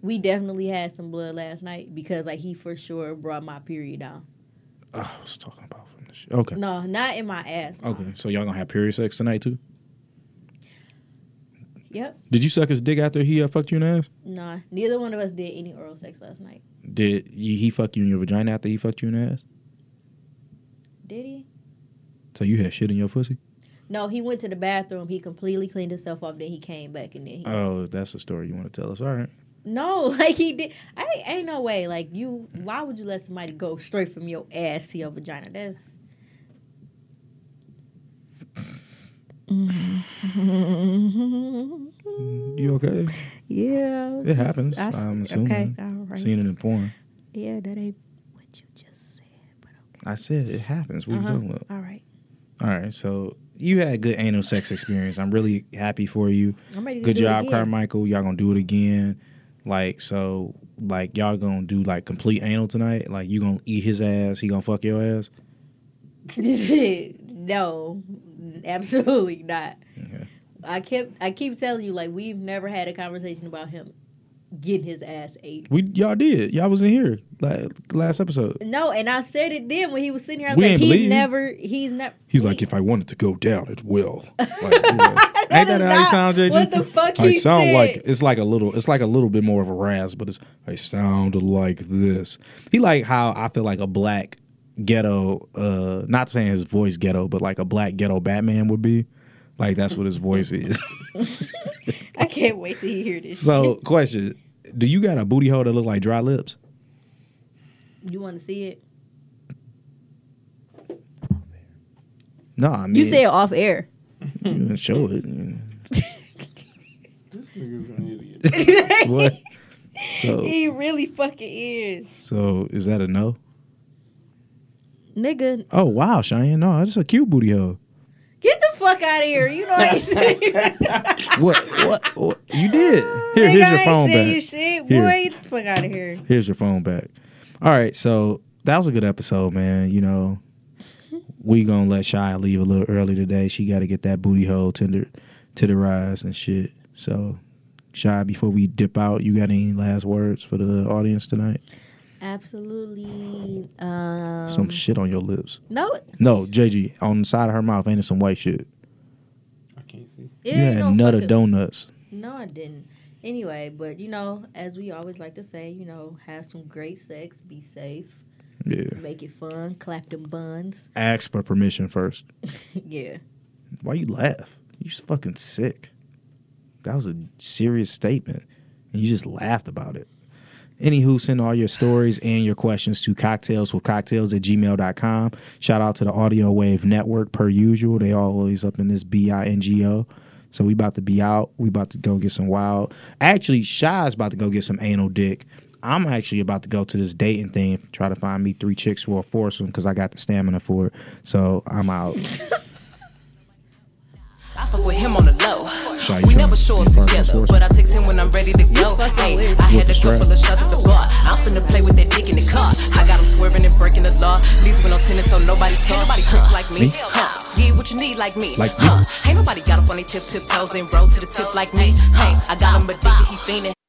[SPEAKER 1] We definitely had some blood last night because like he for sure brought my period down.
[SPEAKER 5] Oh, I was talking about from the shit. Okay.
[SPEAKER 1] No, not in my ass. no.
[SPEAKER 5] Okay. So y'all gonna have period sex tonight too?
[SPEAKER 1] Yep.
[SPEAKER 5] Did you suck his dick after he uh, fucked you in the ass?
[SPEAKER 1] Nah. Neither one of us did any oral sex last night.
[SPEAKER 5] Did you, he fuck you in your vagina after he fucked you in the ass?
[SPEAKER 1] Did he?
[SPEAKER 5] So you had shit in your pussy?
[SPEAKER 1] No, he went to the bathroom. He completely cleaned himself up. Then he came back and then he.
[SPEAKER 5] Oh, that's the story you want to tell us. All right.
[SPEAKER 1] no, like he did. I ain't- ain't no way. Like you, why would you let somebody go straight from your ass to your vagina? That's.
[SPEAKER 5] Mm, You okay?
[SPEAKER 1] Yeah.
[SPEAKER 5] It happens, I'm assuming.
[SPEAKER 1] Okay. All right.
[SPEAKER 5] Seen it in porn.
[SPEAKER 1] Yeah, that ain't what you just said. But
[SPEAKER 5] I said it happens. What
[SPEAKER 1] Uh-huh.
[SPEAKER 5] you talking about?
[SPEAKER 1] all right.
[SPEAKER 5] All right. So you had a good anal sex experience. I'm really happy for you.
[SPEAKER 1] I'm ready to
[SPEAKER 5] Good
[SPEAKER 1] do it
[SPEAKER 5] job,
[SPEAKER 1] again.
[SPEAKER 5] Carmichael. Y'all gonna do it again. Like so, like y'all gonna do like complete anal tonight. Like you gonna eat his ass. He gonna fuck your ass.
[SPEAKER 1] no, absolutely not.
[SPEAKER 5] Okay.
[SPEAKER 1] I kept I keep telling you like we've never had a conversation about him getting his ass ate.
[SPEAKER 5] We y'all did. Y'all was in here like last episode.
[SPEAKER 1] No, and I said it then when he was sitting here. I was
[SPEAKER 5] We
[SPEAKER 1] like,
[SPEAKER 5] ain't
[SPEAKER 1] he's
[SPEAKER 5] believe you."
[SPEAKER 1] never. He's never.
[SPEAKER 5] He's like, if I wanted to go down, it will. Like, you know. Ain't that how
[SPEAKER 1] is
[SPEAKER 5] you
[SPEAKER 1] not
[SPEAKER 5] sound, JG?
[SPEAKER 1] what the fuck
[SPEAKER 5] I
[SPEAKER 1] he
[SPEAKER 5] sound
[SPEAKER 1] said.
[SPEAKER 5] like it's like a little, it's like a little bit more of a rasp, but it's I sound like this. He like how I feel like a black ghetto. uh Not saying his voice ghetto, but like a black ghetto Batman would be. Like that's what his voice is.
[SPEAKER 1] I can't wait to hear this.
[SPEAKER 5] so, question: Do you got a booty hole that look like dry lips?
[SPEAKER 1] shit. you want to see it?
[SPEAKER 5] No, I mean
[SPEAKER 1] You said off air.
[SPEAKER 5] you didn't show it.
[SPEAKER 2] This nigga's an idiot.
[SPEAKER 5] What? So,
[SPEAKER 1] He really fucking is,
[SPEAKER 5] so is that a no?
[SPEAKER 1] nigga.
[SPEAKER 5] Oh wow, Cheyenne! No, that's a cute booty hole.
[SPEAKER 1] Get the fuck out of here. You know what I'm saying?
[SPEAKER 5] What? what? What? You did. Here, here's your phone
[SPEAKER 1] I ain't saying you
[SPEAKER 5] back.
[SPEAKER 1] shit,
[SPEAKER 5] Here.
[SPEAKER 1] boy. Get the fuck out of here.
[SPEAKER 5] Here's your phone back. All right, so that was a good episode, man. You know, we gonna let Shia leave a little early today. She got to get that booty hole tender, tenderized and shit. So, Shia, before we dip out, you got any last words for the audience tonight?
[SPEAKER 1] Absolutely. Um,
[SPEAKER 5] Some shit on your lips?
[SPEAKER 1] no,
[SPEAKER 5] No, JG, on the side of her mouth, ain't it some white shit?
[SPEAKER 2] I can't see.
[SPEAKER 1] it
[SPEAKER 5] You
[SPEAKER 1] ain't
[SPEAKER 5] had
[SPEAKER 1] no
[SPEAKER 5] nut of
[SPEAKER 1] fucking-
[SPEAKER 5] donuts.
[SPEAKER 1] No, I didn't. Anyway, but you know, as we always like to say, you know, have some great sex, be safe,
[SPEAKER 5] Yeah.
[SPEAKER 1] make it fun, clap them buns.
[SPEAKER 5] Ask for permission first.
[SPEAKER 1] yeah.
[SPEAKER 5] Why you laugh? You just fucking sick. That was a serious statement. And you just laughed about it. Anywho, send all your stories and your questions to cocktails with cocktails at gmail.com. Shout out to the Audio Wave Network per usual. They always up in this B-I-N-G-O. So we about to be out. We about to go get some wild. Actually, Shy's about to go get some anal dick. I'm actually about to go to this dating thing, try to find me three chicks who are foursome because I got the stamina for it. So I'm out.
[SPEAKER 4] I fuck with him on the low.
[SPEAKER 5] Sorry,
[SPEAKER 4] we
[SPEAKER 5] you
[SPEAKER 4] never never show up
[SPEAKER 5] Marcus
[SPEAKER 4] together.
[SPEAKER 5] Morris.
[SPEAKER 4] But I text him when I'm ready to go.
[SPEAKER 1] fucking
[SPEAKER 4] Hey,
[SPEAKER 1] weird.
[SPEAKER 4] I
[SPEAKER 5] With
[SPEAKER 4] had
[SPEAKER 5] the
[SPEAKER 4] a
[SPEAKER 5] strap.
[SPEAKER 4] couple of shots at the bar. I'm finna play with that dick in the car. I got him swerving and breaking the law. Least when I'm tennis, so nobody saw. Ain't nobody cooks like me.
[SPEAKER 5] Me?
[SPEAKER 4] Huh. Get what you need like me.
[SPEAKER 5] Like me.
[SPEAKER 4] huh. Ain't nobody got up on their tip tip toes and roll to the tip like me. Hey, I got him addicted, he fiending.